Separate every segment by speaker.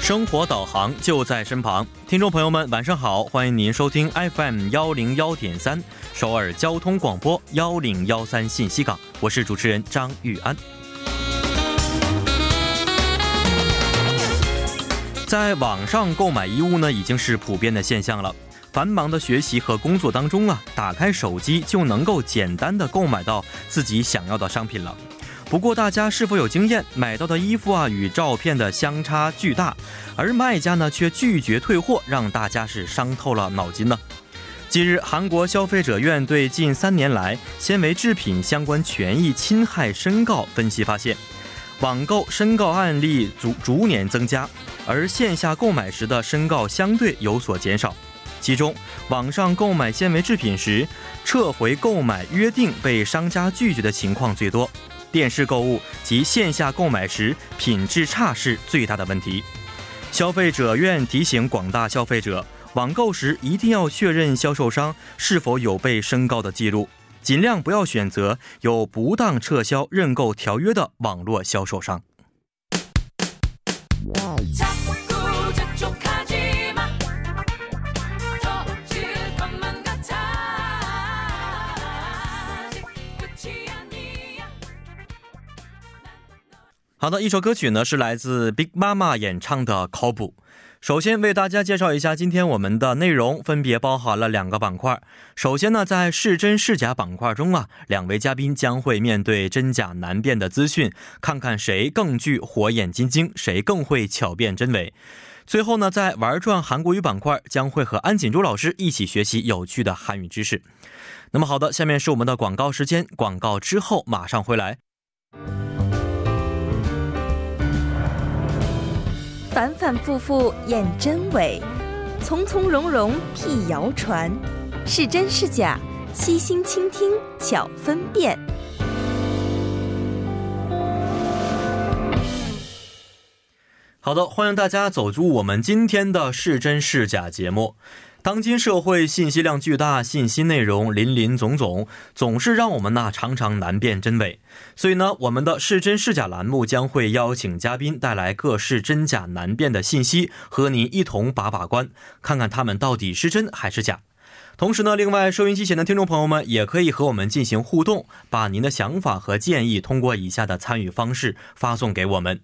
Speaker 1: 生活导航就在身旁，听众朋友们，晚上好，欢迎您收听 FM 幺零幺点三首尔交通广播幺零幺三信息港，我是主持人张玉安。在网上购买衣物呢，已经是普遍的现象了。繁忙的学习和工作当中啊，打开手机就能够简单的购买到自己想要的商品了。不过，大家是否有经验？买到的衣服啊，与照片的相差巨大，而卖家呢却拒绝退货，让大家是伤透了脑筋呢。近日，韩国消费者院对近三年来纤维制品相关权益侵害申告分析发现，网购申告案例逐逐年增加，而线下购买时的申告相对有所减少。其中，网上购买纤维制品时，撤回购买约定被商家拒绝的情况最多。电视购物及线下购买时品质差是最大的问题。消费者院提醒广大消费者，网购时一定要确认销售商是否有被申告的记录，尽量不要选择有不当撤销认购条约的网络销售商。
Speaker 2: 자꾸 재촉하지 마. 터질 것만 같아. 아직 끝이 아니야.
Speaker 1: 好的，一首歌曲呢是来自 Big Mama 演唱的《考古》。首先为大家介绍一下今天我们的内容，分别包含了两个板块。首先呢，在是真是假板块中啊，两位嘉宾将会面对真假难辨的资讯，看看谁更具火眼金睛，谁更会巧辨真伪。最后呢，在玩转韩国语板块将会和安锦珠老师一起学习有趣的韩语知识。那么好的，下面是我们的广告时间，广告之后马上回来。
Speaker 3: 反反复复验真伪，从从容容辟谣传，是真是假，悉心倾听巧分辨。
Speaker 1: 好的，欢迎大家走出我们今天的“是真是假”节目。当今社会信息量巨大，信息内容林林总总，总是让我们呐常常难辨真伪。所以呢，我们的“是真是假”栏目将会邀请嘉宾带来各式真假难辨的信息，和您一同把把关，看看他们到底是真还是假。同时呢，另外收音机前的听众朋友们也可以和我们进行互动，把您的想法和建议通过以下的参与方式发送给我们。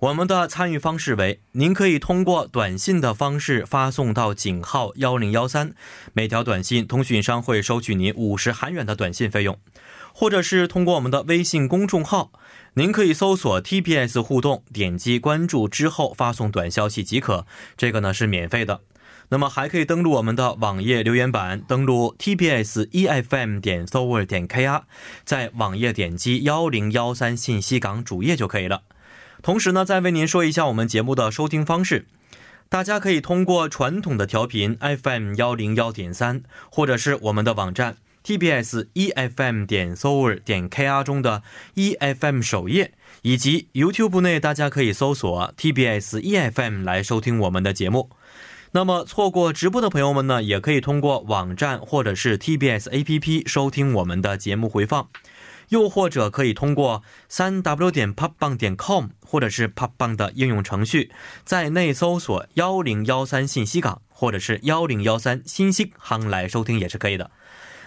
Speaker 1: 我们的参与方式为：您可以通过短信的方式发送到井号幺零幺三，每条短信通讯商会收取您五十韩元的短信费用；或者是通过我们的微信公众号，您可以搜索 TBS 互动，点击关注之后发送短消息即可，这个呢是免费的。那么还可以登录我们的网页留言板，登录 tbs efm E 点 s o w e r 点 kr，在网页点击幺零幺三信息港主页就可以了。同时呢，再为您说一下我们节目的收听方式。大家可以通过传统的调频 FM 幺零幺点三，或者是我们的网站 TBS EFM E 点 s o u r 点 KR 中的 EFM 首页，以及 YouTube 内大家可以搜索 TBS EFM E 来收听我们的节目。那么错过直播的朋友们呢，也可以通过网站或者是 TBS APP 收听我们的节目回放。又或者可以通过三 w 点 popbang 点 com 或者是 popbang 的应用程序，在内搜索幺零幺三信息港或者是幺零幺三新星行来收听也是可以的。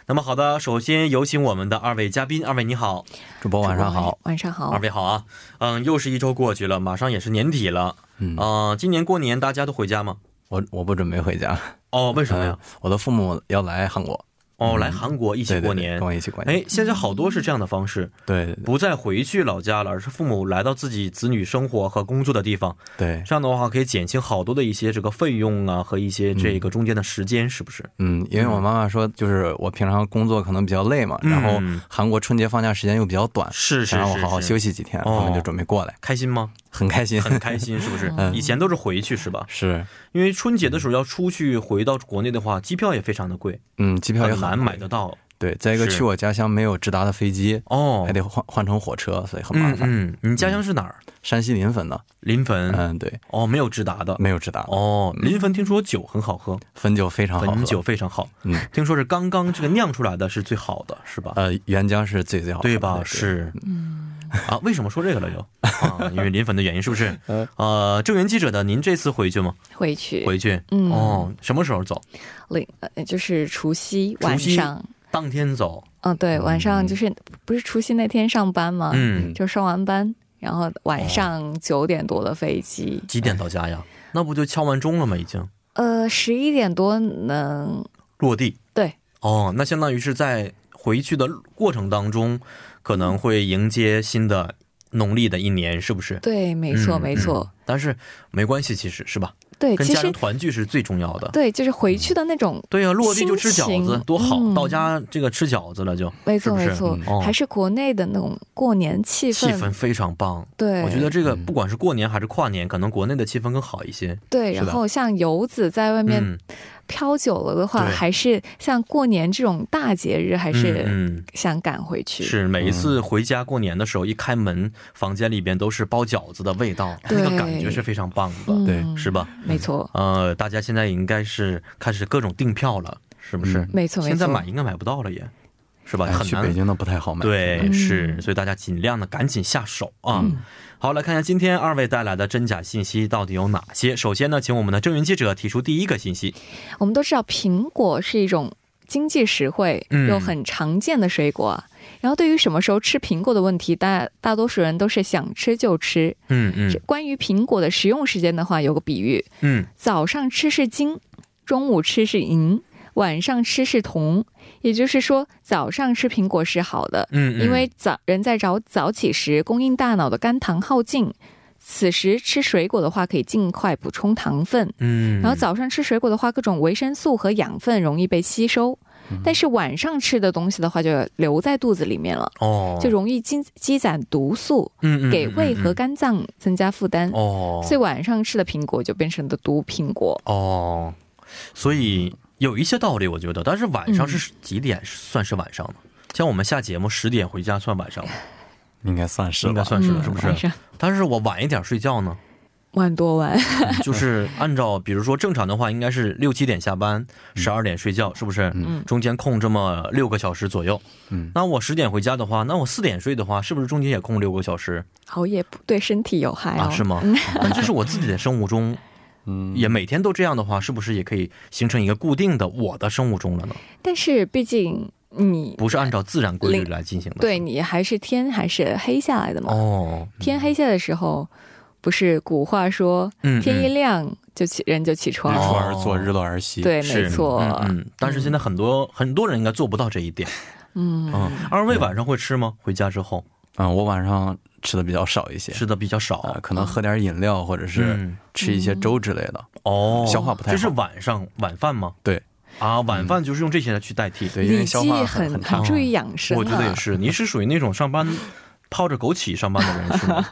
Speaker 1: 那么好的，首先有请我们的二位嘉宾，二位你好，
Speaker 4: 主播晚上好，，
Speaker 3: 晚上好
Speaker 1: 二。位好啊，嗯，又是一周过去了，马上也是年底了，
Speaker 4: 嗯
Speaker 1: 呃，今年过年大家都回家吗？
Speaker 4: 我我不准备回家，
Speaker 1: 哦，为什么呀
Speaker 4: 嗯？， 我的父母要来韩国
Speaker 1: 哦，来韩国一
Speaker 4: 一
Speaker 1: 起过年
Speaker 4: 跟。我一起过年。
Speaker 1: 哎，现在好多是这样的方式，
Speaker 4: 对对
Speaker 1: 不再回去老家了，而是父母来到自己子女生活和工作的地方，
Speaker 4: 对，
Speaker 1: 这样的话可以减轻好多的一些这个费用啊和一些这个中间的时间，是不是？
Speaker 4: 嗯，因为我妈妈说，就是我平常工作可能比较累嘛，
Speaker 1: 嗯
Speaker 4: 然后韩国春节放假时间又比较短，
Speaker 1: 是是
Speaker 4: 想让我
Speaker 1: 是
Speaker 4: 好好
Speaker 1: 是
Speaker 4: 休息几天，
Speaker 1: 哦
Speaker 4: 他们就准备过来，
Speaker 1: 开心吗？嗯
Speaker 4: 很开心，
Speaker 1: 很开心，是不是？以前都是回去是吧？
Speaker 4: 是，
Speaker 1: 因为春节的时候要出去回到国内的话，机票也非常的贵，
Speaker 4: 嗯，机票也
Speaker 1: 很
Speaker 4: 很
Speaker 1: 难
Speaker 4: 贵
Speaker 1: 买得到
Speaker 4: 对，再一个
Speaker 1: 是
Speaker 4: 去我家乡没有直达的飞机，
Speaker 1: 哦
Speaker 4: 还。得换换乘火车，所以很麻
Speaker 1: 嗯
Speaker 4: 烦。
Speaker 1: 嗯，你家乡是哪儿？
Speaker 4: 山西临汾呢，
Speaker 1: 临汾。
Speaker 4: 嗯，对，
Speaker 1: 哦，没有直达的。
Speaker 4: 没有直达，
Speaker 1: 哦，临汾听说酒很好喝，
Speaker 4: 汾酒非常好喝，
Speaker 1: 汾酒非常好。
Speaker 4: 嗯，
Speaker 1: 听说是刚刚这个酿出来的是最好的，是吧？
Speaker 4: 呃，原浆是最最好喝的，
Speaker 1: 对吧？是，嗯，啊，为什么说这个了 又？啊，因为临汾的原因是不是
Speaker 4: 嗯？
Speaker 1: 呃，郑源记者的，您这次回去吗？
Speaker 5: 回去，
Speaker 1: 回去，
Speaker 5: 嗯
Speaker 1: 哦，什么时候走？
Speaker 5: 零呃就是除夕
Speaker 1: 除
Speaker 5: 晚
Speaker 1: 夕
Speaker 5: 上，
Speaker 1: 当天走。
Speaker 5: 嗯，对，晚上就是不是除夕那天上班嘛，
Speaker 1: 嗯，哦
Speaker 5: 就上完班，然后晚上九点多的飞机，
Speaker 1: 几点到家呀？那不就敲完钟了吗？已经
Speaker 5: 呃，十一点多能
Speaker 1: 落地。
Speaker 5: 对，
Speaker 1: 哦，那相当于是在回去的过程当中，可能会迎接新的农历的一年，是不是？
Speaker 5: 对，没错，
Speaker 1: 嗯
Speaker 5: 没错
Speaker 1: 嗯，但是没关系，其实是吧？
Speaker 5: 对，
Speaker 1: 跟
Speaker 5: 其
Speaker 1: 家
Speaker 5: 实
Speaker 1: 人嗯团聚是最重要的。
Speaker 5: 对，就是回去的那种，
Speaker 1: 对呀、落地就吃饺
Speaker 5: 心
Speaker 1: 子
Speaker 5: 情
Speaker 1: 多好、
Speaker 5: 嗯
Speaker 1: 到家这个吃饺子了就，
Speaker 5: 没错，
Speaker 1: 是不是
Speaker 5: 没错，
Speaker 1: 哦
Speaker 5: 还是国内的那种过年气
Speaker 1: 气
Speaker 5: 氛，
Speaker 1: 氛非常棒。
Speaker 5: 对，
Speaker 1: 我觉得这个
Speaker 4: 嗯
Speaker 1: 不管是过年还是跨年，可能国内的气氛更好一些。
Speaker 5: 对。
Speaker 1: 是的
Speaker 5: 然后像游子在外面
Speaker 1: 嗯，
Speaker 5: 飘久了的话，
Speaker 1: 对
Speaker 5: 还是像过年这种大节日，还是
Speaker 1: 嗯嗯
Speaker 5: 想赶回去。
Speaker 1: 是
Speaker 4: 嗯
Speaker 1: 每一次回家过年的时候，一开门，房间里边都是包饺子的味道，那
Speaker 5: 对
Speaker 1: 个感觉是非常棒的，
Speaker 5: 嗯，
Speaker 4: 对
Speaker 1: 是吧？
Speaker 5: 没错，
Speaker 1: 呃，大家现在应该是开始各种订票了，是不是？
Speaker 4: 嗯
Speaker 5: 没错，没错。
Speaker 1: 现在买应该买不到了也，是吧？
Speaker 4: 哎
Speaker 1: 很
Speaker 4: 去北
Speaker 1: 难。
Speaker 4: 京的不太好买。，
Speaker 1: 对，
Speaker 5: 嗯
Speaker 1: 是，所以大家尽量的赶紧下手啊！好，来看一下今天二位带来的真假信息到底有哪些。首先呢，请我们的郑云记者提出第一个信息。
Speaker 5: 我们都知道苹果是一种经济实惠
Speaker 1: 嗯
Speaker 5: 又很常见的水果啊。然后对于什么时候吃苹果的问题，大大多数人都是想吃就吃。
Speaker 1: 嗯嗯
Speaker 5: 关于苹果的食用时间的话，有个比喻：
Speaker 1: 嗯，
Speaker 5: 早上吃是金，中午吃是银，晚上吃是铜。也就是说，早上吃苹果是好的，
Speaker 1: 嗯，嗯
Speaker 5: 因为早人在早早起时供应大脑的肝糖耗尽，此时吃水果的话可以尽快补充糖分。
Speaker 1: 嗯，
Speaker 5: 然后早上吃水果的话，各种维生素和养分容易被吸收，
Speaker 1: 嗯
Speaker 5: 但是晚上吃的东西的话，就留在肚子里面了，
Speaker 1: 哦，
Speaker 5: 就容易积积攒毒素，
Speaker 1: 嗯嗯
Speaker 5: 给胃和
Speaker 1: 嗯嗯
Speaker 5: 肝脏增加负担
Speaker 1: 嗯。哦，
Speaker 5: 所以晚上吃的苹果就变成了毒苹果。
Speaker 1: 哦，所以有一些道理，我觉得。但是晚上
Speaker 5: 嗯
Speaker 1: 是几点算是晚上呢？像我们下节目十点回家算晚上吗？
Speaker 4: 应该算是
Speaker 1: 应该
Speaker 4: 吧。
Speaker 1: 算是，是不
Speaker 5: 嗯晚
Speaker 1: 是？
Speaker 5: 上
Speaker 1: 但是我晚一点睡觉 呢，
Speaker 5: 万多万，
Speaker 1: 就是按照比如说正常的话，应该是六七点下班，十二点睡觉，是不是？
Speaker 5: 嗯
Speaker 1: 中间空这么六个小时左右。
Speaker 4: 嗯
Speaker 1: 那我十点回家的话，那我四点睡的话，是不是中间也空六个小时
Speaker 5: 熬夜不对身体有害哦。
Speaker 1: 啊？是 吗？但这是我自己的生物钟。
Speaker 4: 嗯，
Speaker 1: 也每天都这样的话，是不是也可以形成一个固定的我的生物钟了呢？
Speaker 5: 但是毕竟你
Speaker 1: 不是按照自然规律来进行的。
Speaker 5: 对你还是天还是黑下来的嘛。
Speaker 1: 哦，
Speaker 5: 天黑下的时候，不是古话说
Speaker 1: 嗯，
Speaker 5: 天
Speaker 1: 嗯
Speaker 5: 一亮就起人就起
Speaker 4: 日
Speaker 5: 床
Speaker 1: 哦
Speaker 4: 嗯
Speaker 5: 了。
Speaker 4: 出而作，日落而息。
Speaker 5: 对，
Speaker 1: 是
Speaker 5: 没错，
Speaker 1: 嗯嗯，但是现在很多、很多人应该做不到这一 点。
Speaker 5: 嗯
Speaker 1: 嗯，二位晚上会吃吗？回家之后
Speaker 4: 嗯，我晚上吃的比较少一些，
Speaker 1: 吃的比较
Speaker 4: 啊
Speaker 1: 少，，
Speaker 4: 可能喝点饮料或者是
Speaker 1: 嗯
Speaker 4: 吃一些粥之类的。
Speaker 1: 哦，
Speaker 4: 消化不太好
Speaker 1: 这是晚上晚饭吗？
Speaker 4: 对
Speaker 1: 啊，晚饭就是用这些来去代替。
Speaker 4: 对，因
Speaker 5: 李
Speaker 4: 为消
Speaker 5: 记
Speaker 4: 化
Speaker 5: 很
Speaker 4: 很差
Speaker 5: 很。注意养生、啊，
Speaker 1: 我觉得也是，您是属于那种上 班泡着枸杞上班的人是吗？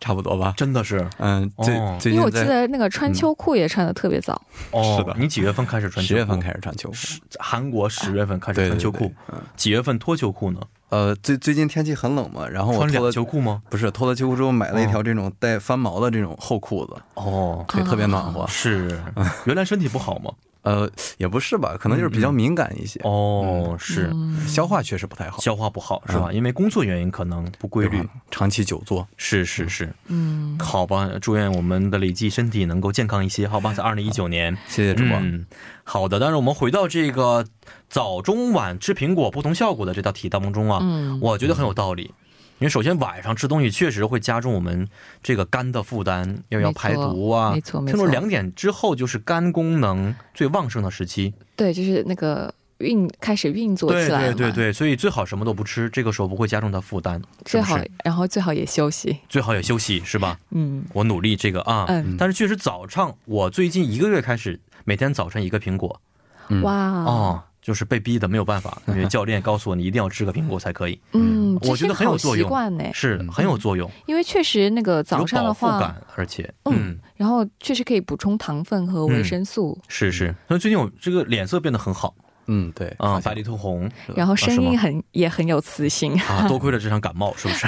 Speaker 4: 差不多吧。
Speaker 1: 真的是
Speaker 4: 嗯，最
Speaker 1: 哦
Speaker 4: 最
Speaker 5: 因为我
Speaker 4: 近
Speaker 5: 记
Speaker 4: 在
Speaker 5: 得那个穿秋裤也穿的特别早，
Speaker 1: 哦，
Speaker 4: 是的
Speaker 1: 你几月份开始穿秋裤？
Speaker 4: 十月份开始穿秋裤，
Speaker 1: 韩国十月份开始
Speaker 4: 对
Speaker 1: 穿
Speaker 4: 对
Speaker 1: 秋裤，
Speaker 4: 对嗯
Speaker 1: 几月份脱秋裤呢？
Speaker 4: 呃，最最近天气很冷嘛，然后我
Speaker 1: 穿
Speaker 4: 哦脱
Speaker 1: 两
Speaker 4: 了
Speaker 1: 秋裤哦吗？
Speaker 4: 不是脱了秋裤之后买了一条这种带翻毛的这种厚裤子，
Speaker 1: 哦，
Speaker 4: 腿特别暖和。
Speaker 1: 是，原来身体不好吗？
Speaker 4: 呃，也不是吧，可能就是比较敏感一些，
Speaker 1: 嗯哦，是
Speaker 4: 消化确实不太好，
Speaker 1: 消化不好是吧？因为工作原因可能不规律
Speaker 4: 嗯对。吧长期久坐。
Speaker 1: 是是是，
Speaker 5: 嗯，
Speaker 1: 好吧，祝愿我们的李记身体能够健康一些，好吧，在二零一九年。
Speaker 4: 谢谢主播。
Speaker 1: 嗯，好的。但是我们回到这个早中晚吃苹果不同效果的这道题当中啊，
Speaker 5: 嗯
Speaker 1: 我觉得很有道理。因为首先晚上吃东西确实会加重我们这个肝的负担，又要
Speaker 5: 没错
Speaker 1: 排毒啊。
Speaker 5: 没错没
Speaker 1: 听
Speaker 5: 错
Speaker 1: 说两点之后就是肝功能最旺盛的时期。
Speaker 5: 对，就是那个运开始运作
Speaker 1: 对
Speaker 5: 起来了
Speaker 1: 对
Speaker 5: 嘛
Speaker 1: 对对，所以最好什么都不吃，这个时候不会加重它负担。
Speaker 5: 最好
Speaker 1: 是不是
Speaker 5: 然后最好也休息，
Speaker 1: 最好也休息是吧？
Speaker 5: 嗯
Speaker 1: 我努力这个啊。
Speaker 5: 嗯，
Speaker 1: 但是确实早上，我最近一个月开始每天早晨一个苹果，
Speaker 4: 嗯
Speaker 5: 哇，
Speaker 1: 哦，就是被逼的，没有办 法，因为教练告诉我你一定要吃个苹果才可以，
Speaker 5: 嗯，
Speaker 1: 我觉得很有作
Speaker 5: 这是个好习
Speaker 1: 用
Speaker 5: 惯呢，
Speaker 1: 是很有作用，
Speaker 5: 因为确实那个嗯早
Speaker 1: 有
Speaker 5: 上
Speaker 1: 饱
Speaker 5: 的
Speaker 1: 腹
Speaker 5: 话，
Speaker 1: 感，而且
Speaker 5: 嗯
Speaker 1: 嗯。
Speaker 5: 然后确实可以补充糖分和维
Speaker 1: 嗯
Speaker 5: 生素，
Speaker 1: 是是，
Speaker 5: 嗯
Speaker 1: 所以最近我这个脸色变得很好
Speaker 4: 嗯，对
Speaker 1: 啊、
Speaker 4: 发
Speaker 1: 白里透红
Speaker 5: 然
Speaker 4: 啊
Speaker 5: 后
Speaker 1: 啊是
Speaker 5: 声
Speaker 1: 吗
Speaker 5: 音很、也很有磁性。
Speaker 1: 啊，多亏了这场感冒，是不是？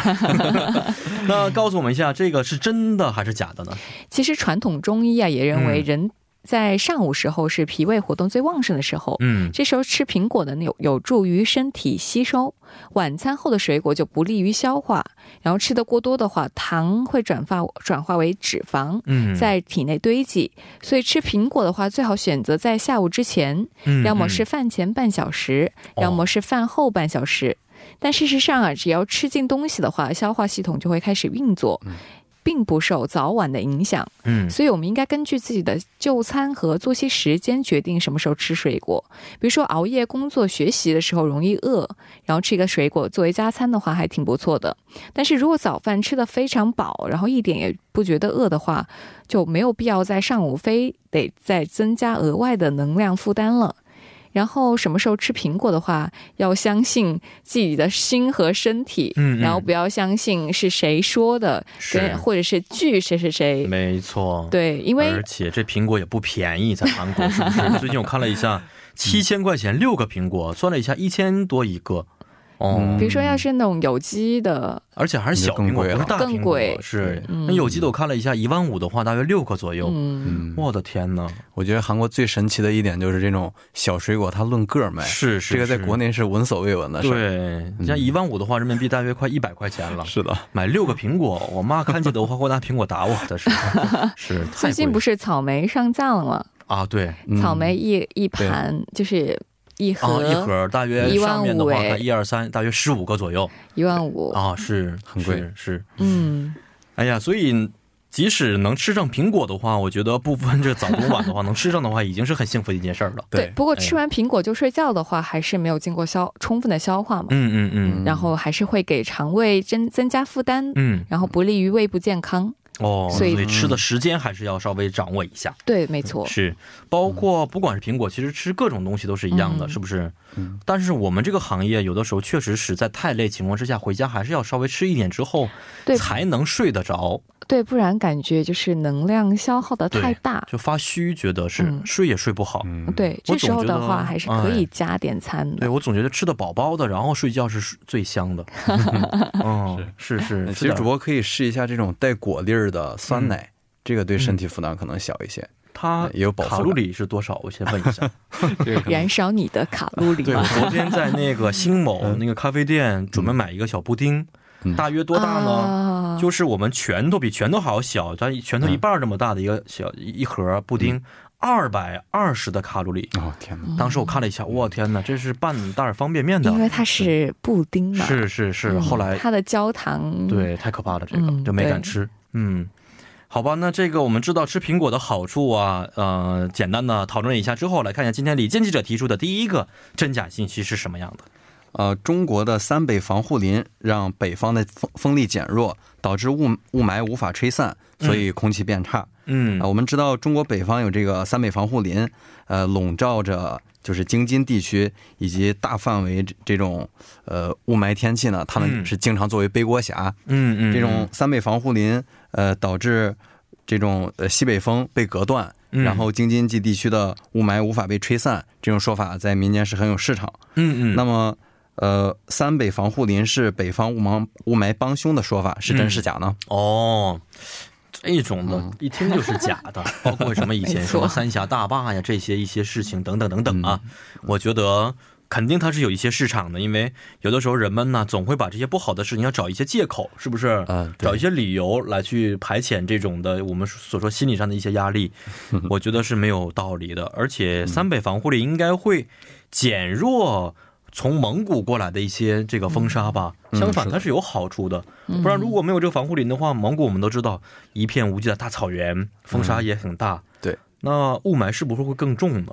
Speaker 1: 那告诉我们一下，这个是真的还是假的呢？
Speaker 5: 其实传统中医啊也认为
Speaker 1: 嗯
Speaker 5: 人在上午时候是脾胃活动最旺盛的时候，
Speaker 1: 嗯，
Speaker 5: 这时候吃苹果呢有有助于身体吸收，晚餐后的水果就不利于消化，然后吃的过多的话，糖会转化转化为脂肪。
Speaker 1: 嗯，
Speaker 5: 在体内堆积，所以吃苹果的话，最好选择在下午之前，
Speaker 1: 嗯
Speaker 5: 要么是饭前半小时，
Speaker 1: 哦
Speaker 5: 要么是饭后半小时。但事实上啊，只要吃进东西的话，消化系统就会开始运作，并不受早晚的影响。
Speaker 1: 嗯
Speaker 5: 所以我们应该根据自己的就餐和作息时间决定什么时候吃水果。比如说熬夜工作学习的时候容易饿，然后吃一个水果作为加餐的话还挺不错的。但是如果早饭吃的非常饱，然后一点也不觉得饿的话，就没有必要在上午非得再增加额外的能量负担了。然后什么时候吃苹果的话，要相信自己的心和身体，
Speaker 1: 嗯嗯
Speaker 5: 然后不要相信是谁说的，
Speaker 1: 是
Speaker 5: 跟或者是据谁谁谁
Speaker 1: 嗯，没错，。
Speaker 5: 对，因为
Speaker 1: 而且这苹果也不便宜，在韩国是不是？ 最近我看了一下，七千块钱六个苹果，算了一下，一千多一个。哦、
Speaker 4: 嗯
Speaker 5: 比如说要是那种有机的，
Speaker 1: 而且还是小苹果，不是大苹
Speaker 5: 更
Speaker 1: 果
Speaker 5: 贵。
Speaker 1: 是，
Speaker 5: 嗯
Speaker 1: 那有机的我看了一下，一万五的话，大约六个左右。
Speaker 5: 嗯，
Speaker 4: 嗯，
Speaker 1: 我的天呐，
Speaker 4: 我觉得韩国最神奇的一点就是这种小水果它论个儿卖，
Speaker 1: 是是
Speaker 4: 这个在国内是闻所未闻的事儿。啊
Speaker 1: 对，你像一万五的话，人民币大约快一百块钱了。
Speaker 4: 是的，
Speaker 1: 买六个苹果，我妈看见的话会拿苹果打我的是， 是太贵
Speaker 5: 最
Speaker 1: 了
Speaker 5: 近不是草莓上架了吗？
Speaker 1: 啊？对，
Speaker 4: 嗯
Speaker 5: 草莓一一盘就是一
Speaker 1: 啊，
Speaker 5: 盒
Speaker 1: 一盒大约上面的
Speaker 5: 15,000
Speaker 1: 话，
Speaker 5: 哎
Speaker 1: 看一二三，大约十五个左右
Speaker 5: 一万五，
Speaker 1: 啊，是
Speaker 4: 很贵
Speaker 1: 是是。
Speaker 5: 嗯，
Speaker 1: 哎呀，所以即使能吃上苹果的话，我觉得不分这早中晚的话，能吃上的话已经是很幸福的一件事儿了。
Speaker 5: 对。不过
Speaker 1: 哎
Speaker 5: 吃完苹果就睡觉的话，还是没有经过消充分的消化嘛，
Speaker 1: 嗯嗯
Speaker 5: 然后还是会给肠胃增增加负担，
Speaker 1: 嗯嗯，
Speaker 5: 然后不利于胃部健康。
Speaker 1: 哦，所
Speaker 5: 所以
Speaker 1: 以吃的时间还是要稍微掌握一下。
Speaker 5: 对，没错，
Speaker 1: 是，包括不管是苹果，其实吃各种东西都是一样的，
Speaker 5: 嗯
Speaker 1: 是不是？
Speaker 4: 嗯
Speaker 1: 但是我们这个行业有的时候确实实在太累情况之下，回家还是要稍微吃一点之后
Speaker 5: 对
Speaker 1: 才能睡得着，
Speaker 5: 对，不然感觉就是能量消耗的太大。
Speaker 1: 就发虚，觉得是、
Speaker 5: 嗯
Speaker 1: 睡也睡不好。
Speaker 4: 嗯，
Speaker 5: 对，
Speaker 1: 我
Speaker 5: 这时候
Speaker 1: 总觉
Speaker 5: 的
Speaker 1: 得
Speaker 5: 话还是
Speaker 1: 哎
Speaker 5: 可以加点餐
Speaker 1: 对
Speaker 5: 的。
Speaker 1: 我总觉得吃的饱饱的，然后睡觉是最香的。 嗯，是是是，
Speaker 4: 其实主
Speaker 1: 播
Speaker 4: 播可以试一下这种带果粒儿的
Speaker 1: 嗯
Speaker 4: 酸奶，这个对身体负担可能小一些。
Speaker 1: 它
Speaker 4: 也有饱腹
Speaker 1: 嗯啊卡
Speaker 4: 感
Speaker 1: 路里是多少？我先问一下。
Speaker 4: 这个可能
Speaker 5: 燃烧你的卡路里啊
Speaker 1: 对我
Speaker 5: 嘛，
Speaker 1: 昨天在那个星某那个咖啡店准备买一个小布丁，
Speaker 4: 嗯
Speaker 1: 大约多大呢？
Speaker 5: 啊
Speaker 1: 就是我们拳头比拳头还要小，咱拳头一半儿这么大的一个小一一盒布丁，二百二十的卡路里。
Speaker 4: 哦天
Speaker 5: 嗯
Speaker 4: 哪，
Speaker 1: 当时我看了一下，我天哪，这是半袋儿方便面的
Speaker 5: 因，为它是布丁嘛，
Speaker 1: 是是是。
Speaker 5: 嗯
Speaker 1: 后来
Speaker 5: 它的焦糖，
Speaker 1: 对，太可怕了，这个
Speaker 5: 嗯
Speaker 1: 就没敢
Speaker 5: 对
Speaker 1: 吃。嗯，好吧，那这个我们知道吃苹果的好处啊，呃，简单的讨论一下之后，来看一下今天李健记者提出的第一个真假信息是什么样的。
Speaker 4: 呃，中国的三北防护林让北方的风风力减弱，导致雾雾霾无法吹散，所以空气变差。
Speaker 1: 嗯
Speaker 4: 啊，我们知道中国北方有这个三北防护林，呃，笼罩着就是京津地区以及大范围这这种呃雾霾天气呢，他
Speaker 1: 嗯
Speaker 4: 们是经常作为背锅侠。
Speaker 1: 嗯嗯，
Speaker 4: 这种三北防护林，呃，导致这种呃西北风被隔断，
Speaker 1: 嗯
Speaker 4: 然后京津冀地区的雾霾无法被吹散，这种说法在民间是很有市场。
Speaker 1: 嗯嗯，
Speaker 4: 那么。呃，三北防护林是北方雾霾雾霾帮凶的说法，是
Speaker 1: 嗯
Speaker 4: 真是假呢？
Speaker 1: 哦，这种的，
Speaker 4: 嗯
Speaker 1: 一听就是假 的，包括什么以前
Speaker 5: 没
Speaker 1: 什
Speaker 5: 错
Speaker 1: 么三峡大坝呀这些一些事情等等等等啊，
Speaker 4: 嗯
Speaker 1: 我觉得。肯定它是有一些市场的，因为有的时候人们呢总会把这些不好的事情要找一些借口，是不是？
Speaker 4: 嗯对
Speaker 1: 找一些理由来去排遣这种的我们所说心理上的一些压 力，我觉得是没有道理的。而
Speaker 4: 嗯
Speaker 1: 且三北防护里应该会减弱从蒙古过来的一些这个风沙吧，
Speaker 4: 嗯
Speaker 1: 相反
Speaker 4: 是的嗯
Speaker 1: 它是有好处的。不然如果没有这个防护林的话，蒙古我们都知道一片无际的大草原，风沙也很大。
Speaker 4: 嗯对，
Speaker 1: 那雾霾是不是会更重呢？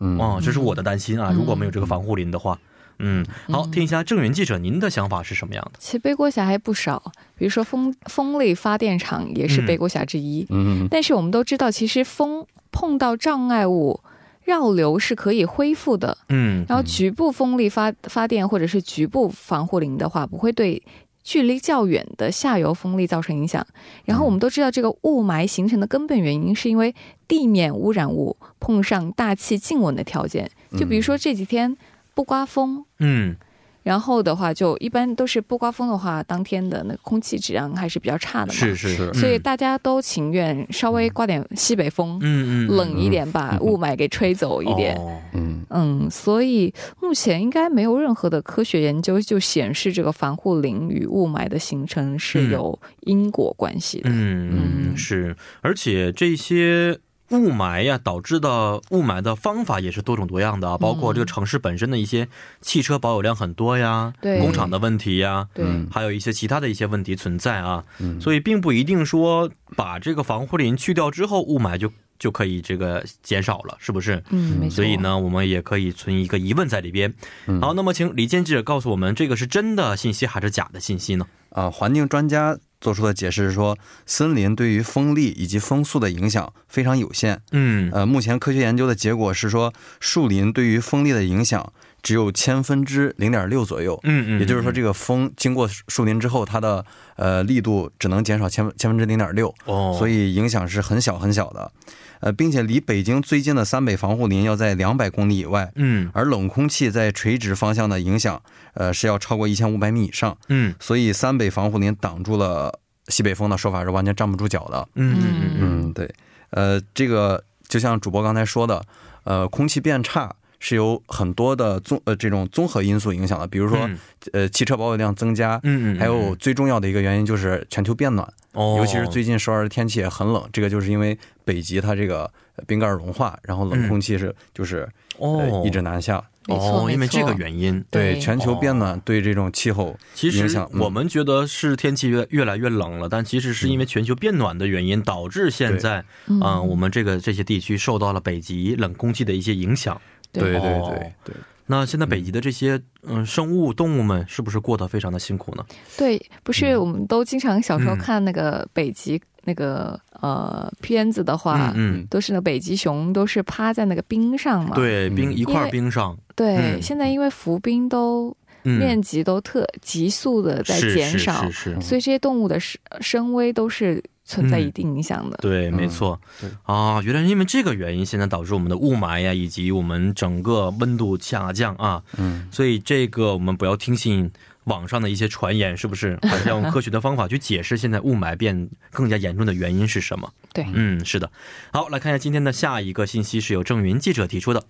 Speaker 4: 嗯，
Speaker 1: 啊，这是我的担心啊！如果没有这个防护林的话，嗯，好，听一下郑源记者您的想法是什么样的？
Speaker 5: 其实背锅侠还不少，比如说风风力发电厂也是
Speaker 1: 嗯
Speaker 5: 背锅侠之一。
Speaker 4: 嗯，
Speaker 5: 但是我们都知道，其实风碰到障碍物绕流是可以恢复的。
Speaker 1: 嗯
Speaker 5: 然后局部风力发发电或者是局部防护林的话，不会对距离较远的下游风力造成影响。然后我们都知道，这个雾霾形成的根本原因是因为地面污染物碰上大气静稳的条件。就比如说这几天不刮风，
Speaker 1: 嗯
Speaker 5: 然后的话，就一般都是不刮风的话，当天的那个空气质量还是比较差的嘛。
Speaker 1: 是是
Speaker 4: 是
Speaker 5: 所以大家都情愿稍微刮点西北风，
Speaker 1: 嗯嗯，
Speaker 5: 冷一点，把雾霾给吹走一点。
Speaker 1: 哦
Speaker 4: 嗯，
Speaker 5: 嗯，所以目前应该没有任何的科学研究就显示这个防护林与雾霾的形成是有因果关系的。
Speaker 1: 嗯，
Speaker 5: 嗯
Speaker 1: 是，而且这些雾霾呀导致的雾霾的方法也是多种多样的啊，包括这个城市本身的一些汽车保有量很多呀，
Speaker 5: 对
Speaker 1: 工厂的问题呀。
Speaker 5: 对，
Speaker 4: 嗯
Speaker 1: 还有一些其他的一些问题存在啊，
Speaker 4: 嗯
Speaker 1: 所以并不一定说把这个防护林去掉之后，雾霾就就可以这个减少了，是不是？
Speaker 5: 嗯，没错。
Speaker 1: 所以，呢，我们也可以存一个疑问在里边。好，那么请李健记者告诉我们，这个是真的信息还是假的信息呢？
Speaker 4: 啊，环境专家做出的解释是说，森林对于风力以及风速的影响非常有限。
Speaker 1: 嗯，
Speaker 4: 呃，目前科学研究的结果是说，树林对于风力的影响只有千分之零点六左右。
Speaker 1: 嗯嗯，
Speaker 4: 也就是说，这个风经过树林之后，它的呃力度只能减少千千分之零点六，
Speaker 1: 哦，
Speaker 4: 所以影响是很小很小的。呃，并且离北京最近的三北防护林要在两百公里以外，
Speaker 1: 嗯
Speaker 4: 而冷空气在垂直方向的影响，呃，是要超过一千五百米以上。
Speaker 1: 嗯
Speaker 4: 所以三北防护林挡住了西北风的说法是完全站不住脚的。
Speaker 1: 嗯嗯
Speaker 4: 嗯，对，呃，这个就像主播刚才说的，呃，空气变差是由很多的综呃这种综合因素影响的，比如说、
Speaker 1: 嗯
Speaker 4: 呃汽车保有量增加。
Speaker 1: 嗯嗯，
Speaker 4: 还有最重要的一个原因就是全球变暖，
Speaker 1: 哦，
Speaker 4: 尤其是最近首尔的天气也很冷，这个就是因为北极它这个呃冰盖融化，然后冷空气是就是、
Speaker 1: 哦
Speaker 4: 呃一直南下，
Speaker 5: 没错，
Speaker 1: 哦，因为
Speaker 5: 没错
Speaker 1: 这个原因，
Speaker 5: 对
Speaker 4: 对全球变
Speaker 1: 哦
Speaker 4: 暖对这种气候
Speaker 1: 其
Speaker 4: 影
Speaker 1: 实
Speaker 4: 响嗯
Speaker 1: 我们觉得是天气越越来越冷了，但其实是因为全球变暖的原因，导致现在嗯、呃我们这个这些地区受到了北极冷空气的一些影响。
Speaker 4: 对对
Speaker 1: 哦
Speaker 4: 对对，
Speaker 1: 那现在北极的这些嗯、生物动物们是不是过得非常的辛苦呢？
Speaker 5: 对，不是我们都经常小时候
Speaker 1: 嗯
Speaker 5: 看那个北极那个呃片子的话，
Speaker 1: 嗯嗯，
Speaker 5: 都是那北极熊都是趴在那个冰上嘛。
Speaker 1: 对，冰
Speaker 4: 嗯
Speaker 1: 一
Speaker 5: 因
Speaker 1: 块
Speaker 5: 为
Speaker 1: 冰上，
Speaker 5: 对
Speaker 1: 嗯
Speaker 5: 现在因为浮冰都
Speaker 1: 嗯，
Speaker 5: 面积都特急速的在
Speaker 1: 是
Speaker 5: 减
Speaker 1: 是
Speaker 5: 少，
Speaker 1: 是是，
Speaker 5: 所以这些动物的生生危都是存在一定影响的。
Speaker 1: 嗯对，没错、
Speaker 4: 对
Speaker 1: 啊，原来是因为这个原因，现在导致我们的雾霾呀，以及我们整个温度下降啊，
Speaker 4: 嗯，
Speaker 1: 所以这个我们不要听信网上的一些传言，是不是？还是要用科学的方法去解释现在雾霾变更加严重的原因是什么？
Speaker 5: 对
Speaker 1: 嗯，是的。好，来看一下今天的下一个信息，是由郑云记者提出的。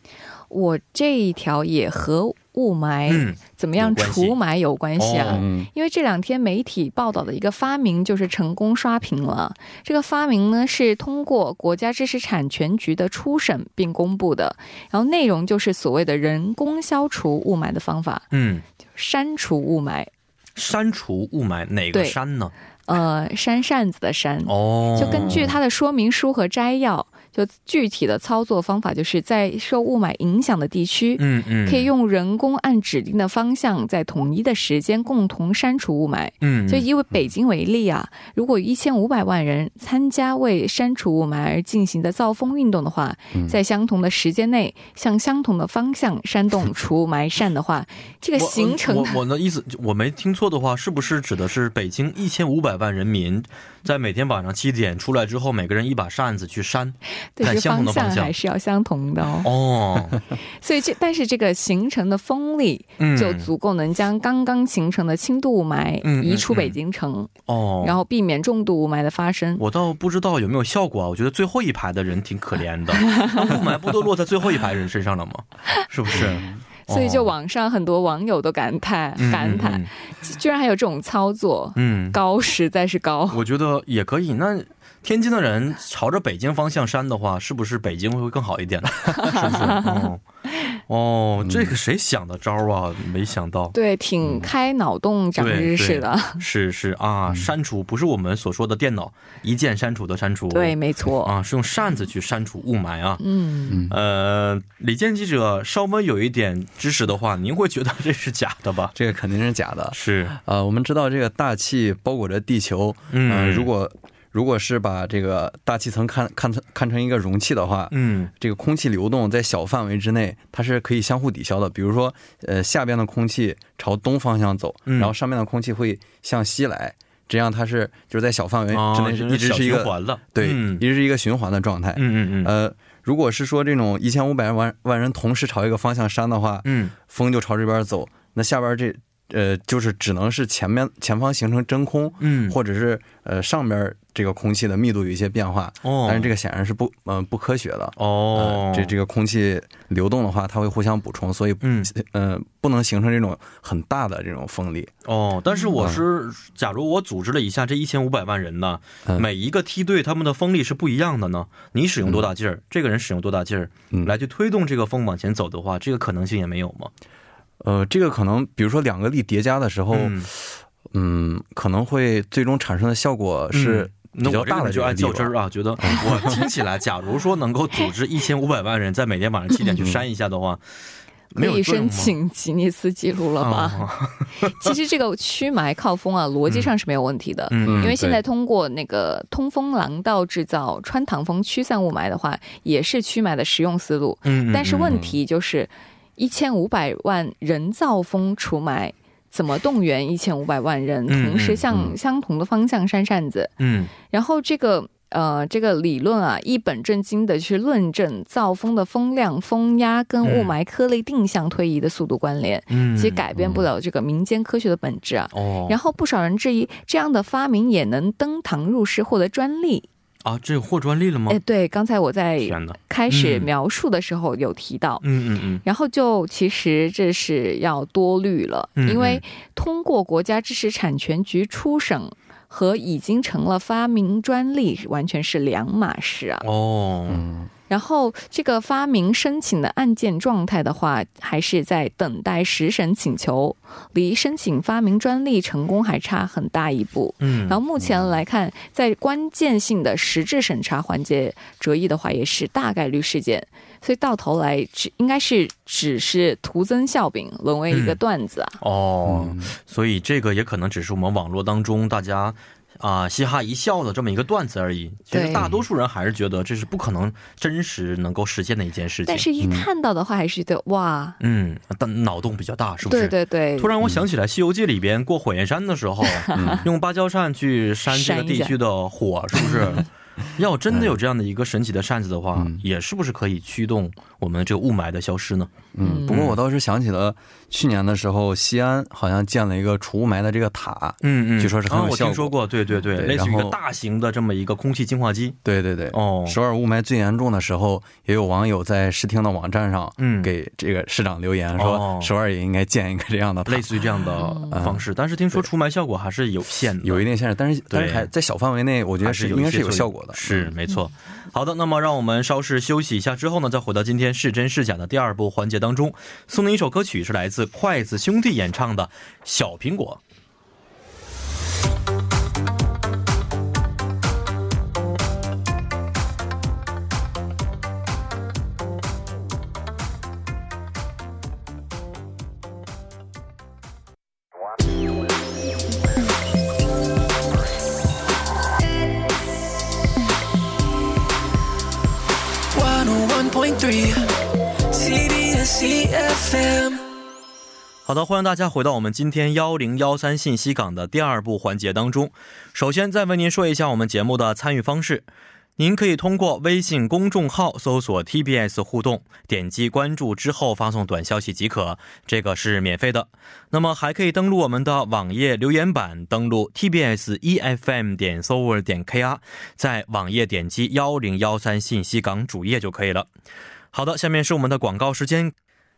Speaker 5: 我这一条也和雾霾、
Speaker 1: 嗯，
Speaker 5: 怎么样
Speaker 1: 有关系
Speaker 5: 除霾有关系啊。
Speaker 1: 哦
Speaker 4: 嗯
Speaker 5: 因为这两天媒体报道的一个发明就是成功刷屏了。这个发明呢是通过国家知识产权局的初审并公布的，然后内容就是所谓的人工消除雾霾的方法，
Speaker 1: 嗯，
Speaker 5: 删除雾霾。
Speaker 1: 删除雾霾哪个
Speaker 5: 对
Speaker 1: 删呢？
Speaker 5: 呃，扇扇子的扇，
Speaker 1: 哦，
Speaker 5: 就根据它的说明书和摘要，就具体的操作方法就是在受雾霾影响的地区，
Speaker 1: 嗯嗯，
Speaker 5: 可以用人工按指定的方向，在统一的时间共同删除雾霾。
Speaker 1: 嗯，
Speaker 5: 就以为北京为例啊，如果一千五百万人参加为删除雾霾而进行的造风运动的话，在相同的时间内向相同的方向煽动除雾霾扇 的话，这个
Speaker 1: 我
Speaker 5: 形成
Speaker 1: 我我的意思，我没听错的话，是不是指的是北京一千五百万人民在每天晚上七点出来之后，每个人一把扇子去扇？
Speaker 5: 对这
Speaker 1: 看
Speaker 5: 个
Speaker 1: 相同的
Speaker 5: 方向
Speaker 1: 方向
Speaker 5: 还是要相同的哦。
Speaker 1: 哦，
Speaker 5: 所以这但是这个形成的风力
Speaker 1: 嗯，
Speaker 5: 就足够能将刚刚形成的轻度雾霾
Speaker 1: 嗯嗯
Speaker 5: 移
Speaker 1: 嗯
Speaker 5: 出北京城，
Speaker 1: 哦，
Speaker 5: 然后避免重度雾霾的发生。
Speaker 1: 我倒不知道有没有效果啊。我觉得最后一排的人挺可怜的，那雾霾不都落在最后一排人身上了吗？是不是？
Speaker 5: 所以就
Speaker 1: 哦
Speaker 5: 网上很多网友都感叹、
Speaker 1: 嗯
Speaker 5: 感叹，，居然还有这种操作，
Speaker 1: 嗯，嗯
Speaker 5: 高实在是高。
Speaker 1: 我觉得也可以。那天津的人朝着北京方向扇的话，是不是北京会更好一点？ 是不是？哦，哦
Speaker 4: 嗯
Speaker 1: 这个谁想的招啊？没想 到。
Speaker 5: 对，挺开脑洞长知识的，
Speaker 1: 是是
Speaker 4: 嗯
Speaker 1: 啊，删除不是我们所说的电脑一键删除的删除，
Speaker 5: 对，没错，
Speaker 1: 啊，是用扇子去删除雾霾啊。
Speaker 5: 嗯，
Speaker 1: 呃，李健记者稍微有一点知识的话，您会觉得这是假的吧？
Speaker 4: 这个肯定是假的。
Speaker 1: 是，
Speaker 4: 呃，我们知道这个大气包裹着地球，
Speaker 1: 嗯
Speaker 4: 呃如果如果是把这个大气层看看成看成一个容器的话，
Speaker 1: 嗯
Speaker 4: 这个空气流动在小范围之内，它是可以相互抵消的。比如说，呃，下边的空气朝东方向走，
Speaker 1: 嗯
Speaker 4: 然后上面的空气会向西来，这样它是就是在小范围
Speaker 1: 啊
Speaker 4: 之哎内是、一直
Speaker 1: 小
Speaker 4: 是一
Speaker 1: 循
Speaker 4: 个
Speaker 1: 环了，
Speaker 4: 对，
Speaker 1: 嗯
Speaker 4: 一直是一个循环的状态。
Speaker 1: 嗯嗯嗯
Speaker 4: 呃，如果是说这种一千五百万万人同时朝一个方向扇的话，
Speaker 1: 嗯，
Speaker 4: 风就朝这边走，那下边这呃，就是只能是前面前方形成真空，
Speaker 1: 嗯，
Speaker 4: 或者是呃上面这个空气的密度有一些变化，
Speaker 1: 哦
Speaker 4: 但是这个显然是不嗯、呃、不科学的。
Speaker 1: 哦
Speaker 4: 呃，这这个空气流动的话，它会互相补充，所以
Speaker 1: 嗯
Speaker 4: 呃不能形成这种很大的这种风力。
Speaker 1: 哦，但是
Speaker 4: 嗯
Speaker 1: 我是，假如我组织了一下这一千五百万人呢，
Speaker 4: 嗯
Speaker 1: 每一个梯队他们的风力是不一样的呢。你使用多大劲儿，这个人使用多大劲儿，
Speaker 4: 嗯
Speaker 1: 来去推动这个风往前走的话，这个可能性也没有吗？
Speaker 4: 呃，这个可能比如说两个力叠加的时候，嗯
Speaker 1: 嗯，
Speaker 4: 可能会最终产生的效果是
Speaker 1: 嗯那
Speaker 4: 比较
Speaker 1: 我这
Speaker 4: 大
Speaker 1: 个
Speaker 4: 的
Speaker 1: 人就爱较
Speaker 4: 这个力吧嗯
Speaker 1: 真儿啊，觉得我听起来，假如说能够组织一千五百万人在每天晚上七点去扇一下的话，没
Speaker 5: 可
Speaker 1: 有
Speaker 5: 以
Speaker 1: 作用
Speaker 5: 申
Speaker 1: 吗
Speaker 5: 请吉尼斯纪录了吧？
Speaker 1: 哦
Speaker 5: 其实这个驱霾靠风啊，逻辑上是没有问题的。
Speaker 1: 嗯
Speaker 5: 因为现在
Speaker 4: 对
Speaker 5: 通过那个通风廊道制造穿堂风驱散雾霾的话，也是驱霾的实用思路。
Speaker 1: 嗯，
Speaker 5: 但是问题就是，一千五百万人造风除霾，怎么动员一千五百万人
Speaker 1: 嗯
Speaker 5: 同时
Speaker 1: 嗯
Speaker 5: 向
Speaker 4: 嗯
Speaker 5: 相同的方向扇扇子？
Speaker 1: 嗯
Speaker 5: 然后这个呃，这个理论啊，一本正经的去论证造风的风量、风压跟雾霾颗粒定向推移的速度关联，
Speaker 1: 嗯，
Speaker 5: 其实改变不了这个民间科学的本质啊。
Speaker 1: 哦，
Speaker 5: 然后不少人质疑，这样的发明也能登堂入室获得专利？
Speaker 1: 啊，这有获专利了吗
Speaker 5: 哎，？对，刚才我在
Speaker 1: 天哪，
Speaker 5: 开始
Speaker 1: 嗯
Speaker 5: 描述的时候有提到。
Speaker 1: 嗯嗯嗯，
Speaker 5: 然后就其实这是要多虑了，
Speaker 1: 嗯
Speaker 5: 因为通过国家知识产权局初审和已经成了发明专利完全是两码事啊。
Speaker 1: 哦，
Speaker 4: 嗯
Speaker 5: 然后这个发明申请的案件状态的话，还是在等待实审请求，离申请发明专利成功还差很大一步。
Speaker 1: 嗯，
Speaker 5: 然后目前来看，在关键性的实质审查环节折翼的话，也是大概率事件，所以到头来只应该是只是徒增笑柄，沦为一个
Speaker 1: 嗯
Speaker 5: 段子啊。
Speaker 1: 哦。
Speaker 4: 嗯
Speaker 1: 所以这个也可能只是我们网络当中大家啊、嘻哈一笑的这么一个段子而已。其实
Speaker 5: 对
Speaker 1: 大多数人还是觉得这是不可能真实能够实现的一件事情。
Speaker 5: 但是，一看到的话，还是觉得哇，
Speaker 1: 嗯，但脑洞比较大，是不
Speaker 5: 对
Speaker 1: 是？
Speaker 5: 对对
Speaker 1: 突，然我想起来，《西游记》里边过火焰山的时候， 用芭蕉扇去扇这个地区的火，是不是？ 要真的有这样的一个神奇的扇子的话，
Speaker 4: 嗯
Speaker 1: 也是不是可以驱动我们这个雾霾的消失呢？
Speaker 4: 嗯，不过我倒是想起了去年的时候，西安好像建了一个除雾霾的这个塔。
Speaker 1: 嗯嗯，
Speaker 4: 据说是很有
Speaker 1: 啊我听
Speaker 4: 效果
Speaker 1: 说过，对对对，
Speaker 4: 对
Speaker 1: 类似于一
Speaker 4: 然
Speaker 1: 个
Speaker 4: 后
Speaker 1: 大型的这么一个空气净化机。
Speaker 4: 对对对，
Speaker 1: 哦，
Speaker 4: 首尔雾霾最严重的时候，也有网友在市厅的网站上，
Speaker 1: 嗯
Speaker 4: 给这个市长留言
Speaker 1: 哦
Speaker 4: 说，首尔也应该建一个这样的塔
Speaker 1: 类，似于这样的方式，但是听说除霾效果还是有限的，
Speaker 4: 有一定限制，但是但
Speaker 1: 对
Speaker 4: 是还在小范围内，我觉
Speaker 1: 还
Speaker 4: 得
Speaker 1: 是
Speaker 4: 是
Speaker 1: 有
Speaker 4: 应该是
Speaker 1: 一些
Speaker 4: 有
Speaker 1: 作用
Speaker 4: 效果的。嗯
Speaker 1: 是没错。好的，那么让我们稍事休息一下之后呢，再回到今天是真是假的第二部环节当中，送您一首歌曲，是来自筷子兄弟演唱的《小苹果》。
Speaker 6: 101.3 CBS EFM
Speaker 1: 好的，欢迎大家回到我们今天幺零幺三信息港的第二部环节当中。首先，再为您说一下我们节目的参与方式。您可以通过微信公众号搜索 TBS 互动，点击关注之后发送短消息即可，这个是免费的。那么还可以登录我们的网页留言板，登录 TBS EFM E 点 s o v e r 点 KR，在网页点击幺零幺三信息港主页就可以了。好的，下面是我们的广告时间，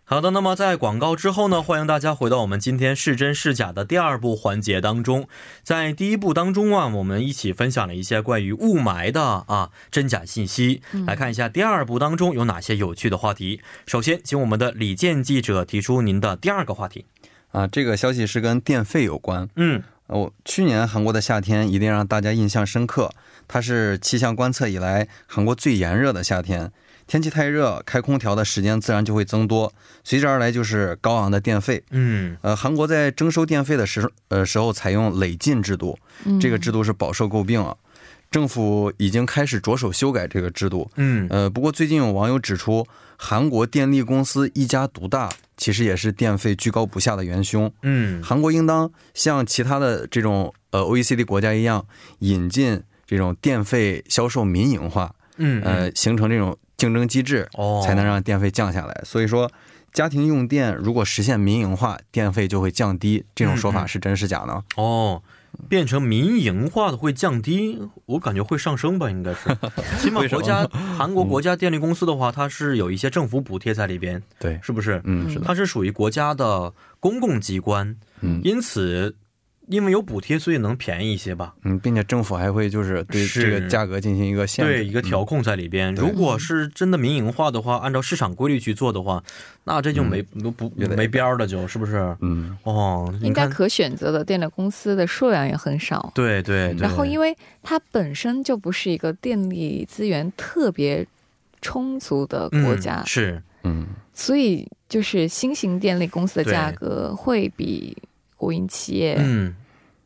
Speaker 1: 好的，那么在广告之后呢，欢迎大家回到我们今天是真是假的第二部环节当中。在第一部当中啊，我们一起分享了一些关于雾霾的啊真假信息，来看一下第二部当中有哪些有趣的话题。首先，请我们的李健记者提出您的第二个话题。
Speaker 4: 啊，这个消息是跟电费有关。
Speaker 1: 嗯
Speaker 4: 呃我去年韩国的夏天一定让大家印象深刻，它是气象观测以来韩国最炎热的夏天。天气太热，开空调的时间自然就会增多，随之而来就是高昂的电费。
Speaker 1: 嗯
Speaker 4: 呃，韩国在征收电费的时呃时候采用累进制度，这个制度是饱受诟病啊。政府已经开始着手修改这个制度。
Speaker 1: 嗯
Speaker 4: 呃，不过最近有网友指出，韩国电力公司一家独大，其实也是电费居高不下的元凶。
Speaker 1: 嗯
Speaker 4: 韩国应当像其他的这种呃 OECD 国家一样，引进这种电费销售民营化，呃
Speaker 1: 嗯
Speaker 4: 呃，形成这种竞争机制，
Speaker 1: 哦
Speaker 4: 才能让电费降下来。所以说，家庭用电如果实现民营化，电费就会降低，这
Speaker 1: 嗯
Speaker 4: 种说法是真是假呢？
Speaker 1: 哦，变成民营化的会降低，我感觉会上升吧，应该 是。起码
Speaker 4: 为什
Speaker 1: 国
Speaker 4: 么
Speaker 1: 家韩国国家电力公司的话，它是有一些政府补贴在里边，
Speaker 4: 对，
Speaker 1: 是不是？
Speaker 4: 嗯，是的，
Speaker 1: 它是属于国家的公共机关，
Speaker 4: 嗯
Speaker 1: 因此因为有补贴，所以能便宜一些吧？
Speaker 4: 嗯，并且政府还会就是对
Speaker 1: 是
Speaker 4: 这个嗯价格进行一个限制，
Speaker 1: 对，一个调控在里边。
Speaker 4: 对
Speaker 1: 如果是真的民营化的话，按照市场规律去做的话，那这就没、
Speaker 4: 嗯
Speaker 1: 不
Speaker 4: 越来越
Speaker 1: 没边儿了，就是不是？
Speaker 4: 嗯，
Speaker 1: 哦，你
Speaker 5: 应该
Speaker 1: 看，
Speaker 5: 可选择的电力公司的数量也很少。
Speaker 1: 对对对。
Speaker 5: 然后，因为它本身就不是一个电力资源特别充足的国家
Speaker 1: 嗯、，是
Speaker 4: 嗯
Speaker 5: 所以就是新型电力公司的价格会比国营企业，
Speaker 1: 嗯。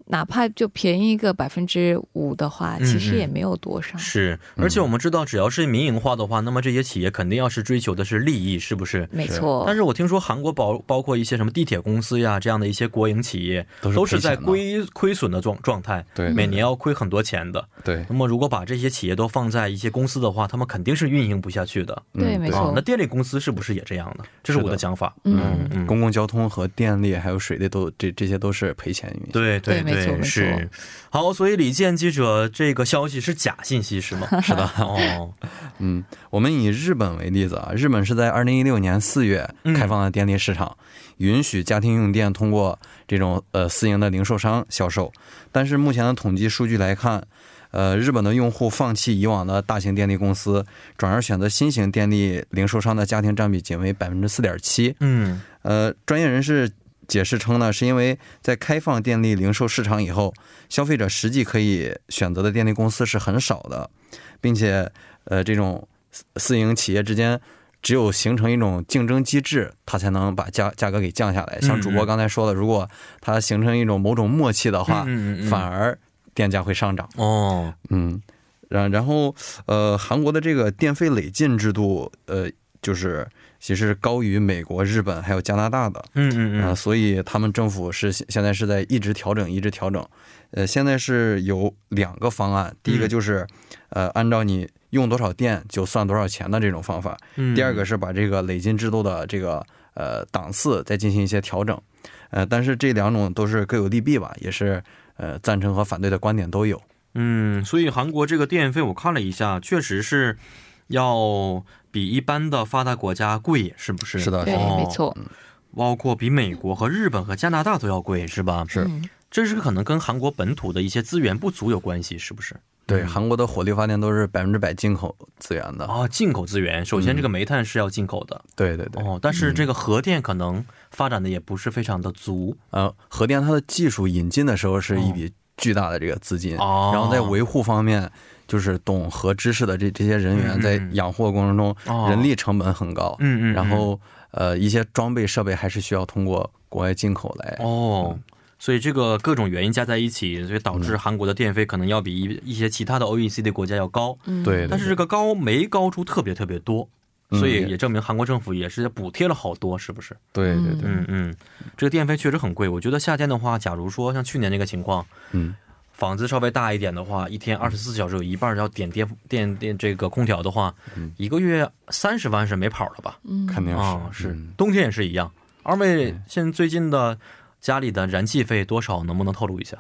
Speaker 5: 哪怕就便宜个百分之五的话，
Speaker 1: 嗯
Speaker 5: 其实
Speaker 1: 嗯
Speaker 5: 也没有多少。
Speaker 1: 是，而
Speaker 4: 嗯
Speaker 1: 且我们知道，只要是民营化的话，那么这些企业肯定要是追求的是利益，是不是？
Speaker 5: 没错，
Speaker 1: 但是我听说韩国包包括一些什么地铁公司呀这样的一些国营企业，
Speaker 4: 都是
Speaker 1: 都是
Speaker 4: 赔钱
Speaker 1: 在
Speaker 4: 的
Speaker 1: 亏亏损的状状态，
Speaker 4: 对
Speaker 1: 每年要亏很多钱的。
Speaker 4: 对，
Speaker 1: 那么如果把这些企业都放在一些公司的话，他们肯定是运营不下去的。
Speaker 5: 对，
Speaker 4: 嗯
Speaker 5: 没
Speaker 4: 对
Speaker 1: 啊
Speaker 5: 错，
Speaker 1: 那，电力公司是不是也这样呢？这是我
Speaker 4: 是
Speaker 1: 的
Speaker 4: 的
Speaker 1: 想法。
Speaker 5: 嗯。
Speaker 1: 嗯，
Speaker 4: 公共交通和电力还有水利都这这些都是赔钱运营，
Speaker 1: 对对
Speaker 5: 对没错没错
Speaker 1: 是。好，所以李健记者这个消息是假信息 是吗？是的。哦，
Speaker 4: 嗯，我们以日本为例子啊，日本是在二零一六年四月
Speaker 1: 嗯
Speaker 4: 开放了电力市场，允许家庭用电通过这种呃私营的零售商销售。但是目前的统计数据来看，呃，日本的用户放弃以往的大型电力公司，转而选择新型电力零售商的家庭占比仅为百分之四点七。
Speaker 1: 嗯
Speaker 4: 呃，专业人士解释称呢，是因为在开放电力零售市场以后，消费者实际可以选择的电力公司是很少的，并且呃，这种私私营企业之间。只有形成一种竞争机制，它才能把价价格给降下来。像主
Speaker 1: 嗯
Speaker 4: 播刚才说的，如果它形成一种某种默契的话，
Speaker 1: 嗯嗯嗯
Speaker 4: 啊反而电价会上涨。
Speaker 1: 哦，
Speaker 4: 嗯，然然后呃，韩国的这个电费累进制度，呃，就是其实是高于美国、日本还有加拿大的。
Speaker 1: 嗯嗯
Speaker 4: 啊、
Speaker 1: 嗯，
Speaker 4: 所以他们政府是现现在是在一直调整，一直调整。呃，现在是有两个方案，第一个
Speaker 1: 嗯
Speaker 4: 就是，呃，按照你用多少电就算多少钱的这种方法；
Speaker 1: 嗯
Speaker 4: 第二个是把这个累进制度的这个呃档次再进行一些调整。呃，但是这两种都是各有利弊吧，也是呃赞成和反对的观点都有。
Speaker 1: 嗯，所以韩国这个电费我看了一下，确实是要比一般的发达国家贵，是不是？
Speaker 4: 是的
Speaker 5: 对，
Speaker 1: 哦
Speaker 5: 没，错，
Speaker 1: 包括比美国和日本和加拿大都要贵，是吧？
Speaker 4: 是
Speaker 5: 嗯
Speaker 1: 这是可能跟韩国本土的一些资源不足有关系，是不是？
Speaker 4: 对，韩国的火力发电都是百分之百进口资源的。
Speaker 1: 啊，进口资源，首先这个煤炭是要进口的、
Speaker 4: 对嗯对对，嗯
Speaker 1: 哦，但是这个核电可能发展的也不是非常的足。
Speaker 4: 呃，核电它的技术引进的时候是一笔巨大的这个资金，
Speaker 1: 哦
Speaker 4: 然后在维护方面，就是懂核知识的这这些人
Speaker 1: 嗯嗯
Speaker 4: 员在养护的过程中，
Speaker 1: 哦
Speaker 4: 人力成本很高，
Speaker 1: 嗯嗯嗯
Speaker 4: 然后呃一些装备设备还是需要通过国外进口来，
Speaker 1: 哦，
Speaker 4: 嗯
Speaker 1: 所以这个各种原因加在一起，所以导致韩国的电费可能要比一一些其他的 OECD 国家要高。
Speaker 5: 嗯
Speaker 4: 对，对
Speaker 1: 但是这个高没高出特别特别多，
Speaker 4: 嗯
Speaker 1: 所以也证明韩国政府也是补贴了好多，是不是？
Speaker 4: 对对
Speaker 5: 嗯
Speaker 4: 对，
Speaker 1: 嗯嗯，这个电费确实很贵。我觉得夏天的话，假如说像去年那个情况，
Speaker 4: 嗯，
Speaker 1: 房子稍微大一点的话，一天二十四小时有一半要点电电电这个空调的话，
Speaker 4: 嗯
Speaker 1: 一个月三十万是没跑了吧？
Speaker 5: 嗯
Speaker 4: 肯定是、
Speaker 1: 啊，是
Speaker 4: 嗯，
Speaker 1: 冬天也是一样。二位现在最近的家里的燃气费多少？能不能透露一下？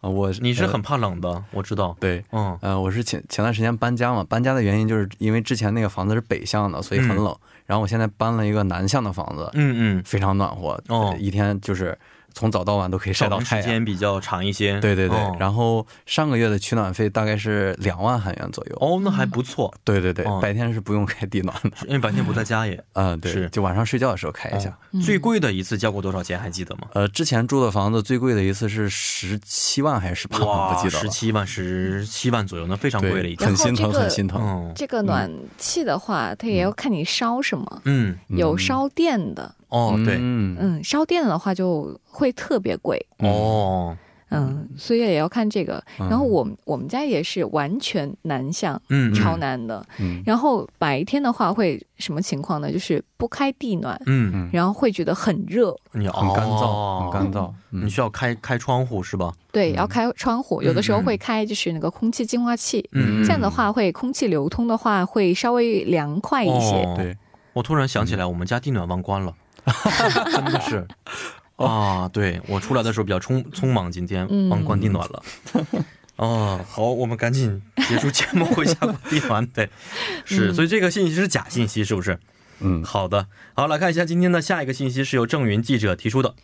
Speaker 4: 啊我
Speaker 1: 你是
Speaker 4: 呃
Speaker 1: 很怕冷的，我知道。
Speaker 4: 对。
Speaker 1: 嗯
Speaker 4: 呃，我是前前段时间搬家嘛，搬家的原因就是因为之前那个房子是北向的，所以很
Speaker 1: 嗯
Speaker 4: 冷。然后我现在搬了一个南向的房子，
Speaker 1: 嗯嗯，
Speaker 4: 非常暖和，
Speaker 1: 哦
Speaker 4: 呃一天就是从早到晚都可以晒
Speaker 1: 照
Speaker 4: 到
Speaker 1: 明
Speaker 4: 太
Speaker 1: 时
Speaker 4: 阳。
Speaker 1: 间比较长一些。
Speaker 4: 对对对、
Speaker 1: 哦
Speaker 4: 然后上个月的取暖费大概是两万韩元左右。，
Speaker 1: 哦，那还不错，
Speaker 4: 对对对、
Speaker 1: 哦
Speaker 4: 白天是不用开地暖的。
Speaker 1: 因为白天不在家也。
Speaker 4: 嗯，对
Speaker 1: 是
Speaker 4: 就晚上睡觉的时候开一下。
Speaker 1: 哦最贵的一次交过多少钱？还记得 吗？
Speaker 4: 呃，之前住的房子最贵的一次是十七万还是十八万，不记得
Speaker 1: 十
Speaker 4: 了。
Speaker 1: 七万，十七万左右，那非常
Speaker 4: 对
Speaker 1: 贵了已经。
Speaker 4: 很心
Speaker 5: 然
Speaker 4: 疼，
Speaker 5: 后这个
Speaker 4: 很心疼。
Speaker 1: 嗯
Speaker 5: 这个暖气的话，它也要看你烧什么，
Speaker 1: 嗯，
Speaker 5: 有烧电的，
Speaker 1: 哦，对，
Speaker 4: 嗯，
Speaker 5: 嗯，烧电的话就会特别贵，
Speaker 1: 哦，
Speaker 5: 嗯，所以也要看这个。然后我们我们家也是完全南向，
Speaker 1: 嗯，
Speaker 5: 超南的。
Speaker 4: 嗯
Speaker 5: 然后白天的话会什么情况呢？就是不开地暖，
Speaker 1: 嗯，
Speaker 4: 嗯
Speaker 5: 然后会觉得很热，
Speaker 1: 嗯，你
Speaker 4: 很干燥，
Speaker 1: 哦
Speaker 4: 很干燥。
Speaker 1: 你
Speaker 4: 嗯
Speaker 1: 需要开开窗户是吧？
Speaker 5: 对，要开窗户，有的时候
Speaker 1: 嗯嗯
Speaker 5: 会开就是那个空气净化器。
Speaker 1: 嗯
Speaker 5: 这样的话，会空气流通的话，会稍微凉快一些。
Speaker 1: 哦
Speaker 4: 对，嗯
Speaker 1: 我突然想起来，我们家地暖忘关了，真的是。啊，对我出来的时候比较匆匆忙，今天
Speaker 5: 哦嗯
Speaker 1: 忘关地暖 了。哦，好，我们赶紧结束节目，回家关地暖。对，
Speaker 5: 嗯
Speaker 1: 是，所以这个信息是假信息，是不是？
Speaker 4: 嗯，
Speaker 1: 好的，好，来看一下今天的下一个信息，是由郑云记者提出的。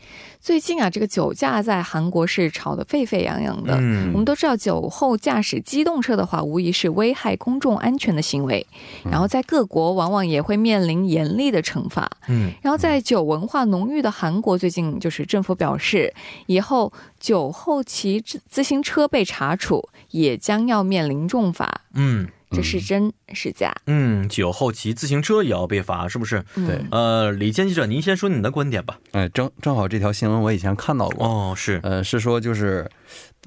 Speaker 5: 最近啊，这个酒驾在韩国是吵得沸沸扬扬的。我们
Speaker 1: 嗯，
Speaker 5: 都知道，酒后驾驶机动车的话，无疑是危害公众安全的行为，
Speaker 1: 嗯
Speaker 5: 然后在各国往往也会面临严厉的惩罚。
Speaker 1: 嗯，
Speaker 5: 然后在酒文化浓郁的韩国，最近就是政府表示，以后酒后骑自自行车被查处，也将要面临重罚。
Speaker 1: 嗯，
Speaker 5: 这是真是假？
Speaker 1: 嗯，酒后骑自行车也要被罚，是不是？
Speaker 5: 嗯，
Speaker 1: 呃，李健记者，您先说你的观点吧。
Speaker 4: 哎，正正好这条新闻我以前看到过，
Speaker 1: 哦，是，
Speaker 4: 呃，是说就是，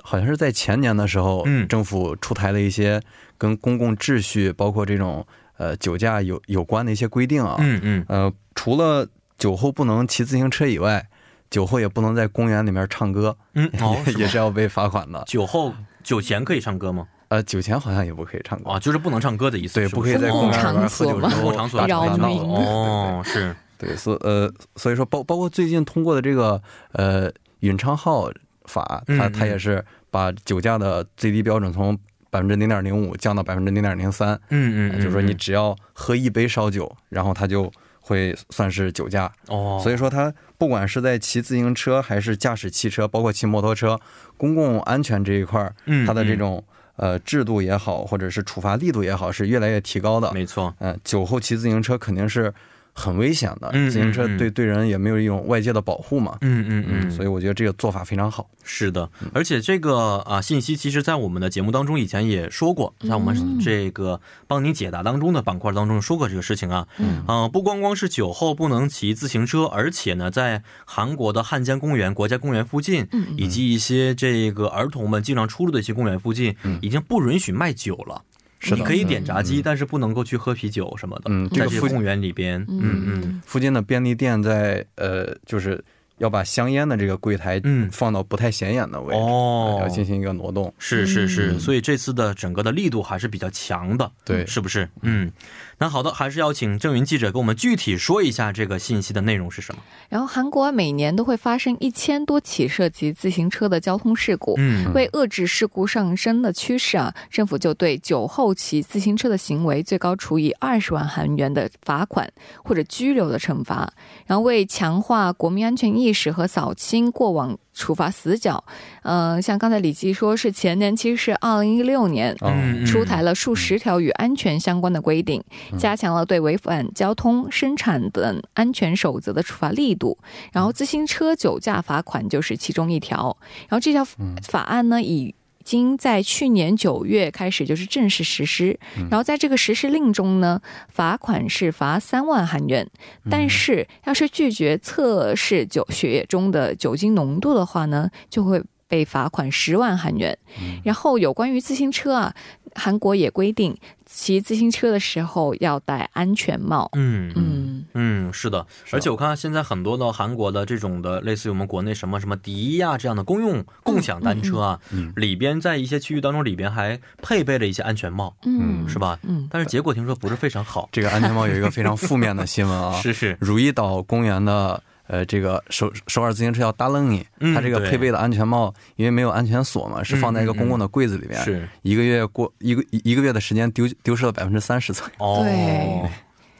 Speaker 4: 好像是在前年的时候，
Speaker 1: 嗯
Speaker 4: 政府出台了一些跟公共秩序，包括这种呃酒驾有有关的一些规定啊。
Speaker 1: 嗯嗯，
Speaker 4: 呃，除了酒后不能骑自行车以外，酒后也不能在公园里面唱歌，
Speaker 1: 嗯，哦，
Speaker 4: 也
Speaker 1: 是
Speaker 4: 也
Speaker 1: 吗
Speaker 4: 是要被罚款的。
Speaker 1: 酒后酒前可以唱歌吗？
Speaker 4: 呃，酒前好像也不可以唱歌，
Speaker 1: 啊，就是不能唱歌的意思，
Speaker 4: 对，
Speaker 1: 是
Speaker 4: 不
Speaker 1: 不
Speaker 4: 可以
Speaker 1: 是
Speaker 4: 在公
Speaker 5: 公共
Speaker 4: 园里面
Speaker 5: 场
Speaker 4: 喝酒
Speaker 5: 所吗
Speaker 4: 之
Speaker 1: 公
Speaker 4: 后
Speaker 1: 共 场所
Speaker 4: 大
Speaker 5: 扰
Speaker 4: 吵大
Speaker 5: 民
Speaker 4: 闹的。
Speaker 1: 哦，是，
Speaker 4: 对，所呃，所以说包包括最近通过的这个呃允昌号法，它
Speaker 1: 嗯
Speaker 4: 它也
Speaker 1: 嗯
Speaker 4: 是把酒驾的最低标准从百分之零点零五降到百分之零点零三， 啊
Speaker 1: 嗯嗯，
Speaker 4: 就是说你
Speaker 1: 嗯
Speaker 4: 只要喝一杯烧酒，然后它就会算是酒驾。
Speaker 1: 哦，
Speaker 4: 所以说，它不管是在骑自行车还是驾驶汽车，包括骑摩托车，公共安全这一块儿，
Speaker 1: 嗯
Speaker 4: 它的这
Speaker 1: 嗯
Speaker 4: 种呃制度也好，或者是处罚力度也好，是越来越提高的。
Speaker 1: 没错，
Speaker 4: 嗯，酒后骑自行车肯定是很危险的，
Speaker 1: 嗯
Speaker 4: 自行车
Speaker 1: 嗯嗯
Speaker 4: 对对人也没有一种外界的保护嘛。
Speaker 1: 嗯嗯嗯，
Speaker 4: 所以我觉得这个做法非常好。
Speaker 1: 是的，而且这个啊信息，其实，在我们的节目当中以前也说过，在我们这个帮你解答当中的板块当中说过这个事情啊。嗯，不光光是酒后不能骑自行车，而且呢，在韩国的汉江公园、国家公园附近，以及一些这个儿童们经常出入的一些公园附近，已经不允许卖酒了。
Speaker 4: 是的
Speaker 1: 你可以点炸鸡，但是不能够去喝啤酒什么的。
Speaker 4: 嗯这
Speaker 1: 在
Speaker 4: 个
Speaker 1: 这
Speaker 4: 附
Speaker 1: 些公园里边，嗯嗯，
Speaker 4: 附近的便利店在呃，就是要把香烟的这个柜台
Speaker 1: 嗯
Speaker 4: 放到不太显眼的位置，
Speaker 1: 哦
Speaker 4: 呃要进行一个挪动。
Speaker 1: 是是是，所以这次的整个的力度还是比较强的，
Speaker 4: 对
Speaker 1: 是不是？嗯，那好的，还是要请郑云记者给我们具体说一下这个信息的内容是什么。
Speaker 5: 然后韩国每年都会发生一千多起涉及自行车的交通事故。
Speaker 1: 嗯
Speaker 5: 为遏制事故上升的趋势啊，政府就对酒后骑自行车的行为最高处以二十万韩元的罚款或者拘留的惩罚。然后为强化国民安全意识和扫清过往处罚死角，呃，像刚才李记说是前年，其实是二零一六年。
Speaker 1: 嗯
Speaker 5: 出台了数十条与安全相关的规定，加强了对违反交通、生产等安全守则的处罚力度。然
Speaker 1: 嗯
Speaker 5: 后，自行车酒驾罚款就是其中一条。然后，这条
Speaker 1: 嗯
Speaker 5: 法案呢，已经在去年九月开始就是正式实施。
Speaker 1: 嗯
Speaker 5: 然后，在这个实施令中呢，罚款是罚三万韩元，
Speaker 1: 嗯
Speaker 5: 但是要是拒绝测试酒血液中的酒精浓度的话呢，就会。被罚款十万韩元，然后有关于自行车啊，韩国也规定骑自行车的时候要戴安全帽。
Speaker 1: 嗯嗯
Speaker 5: 嗯，
Speaker 1: 嗯，是的，而且我看现在很多的韩国的这种的，类似于我们国内什么什么迪呀、这样的公用共享单车啊，里边在一些区域当中里边还配备了一些安全帽，
Speaker 5: 嗯
Speaker 1: 是吧？
Speaker 5: 嗯
Speaker 1: 但是结果听说不是非常好。
Speaker 4: 这个安全帽有一个非常负面的新闻啊，
Speaker 1: 是是，
Speaker 4: 如意岛公园的呃这个首首尔自行车叫搭楞你，
Speaker 1: 嗯
Speaker 4: 它这个
Speaker 1: 对嗯
Speaker 4: 配备的安全帽因为没有安全锁嘛，是放在一个公共的柜子里面，
Speaker 1: 是
Speaker 4: 一个月过一个一个月的时间丢丢失了百分之三十左右，
Speaker 1: 哦
Speaker 5: 对，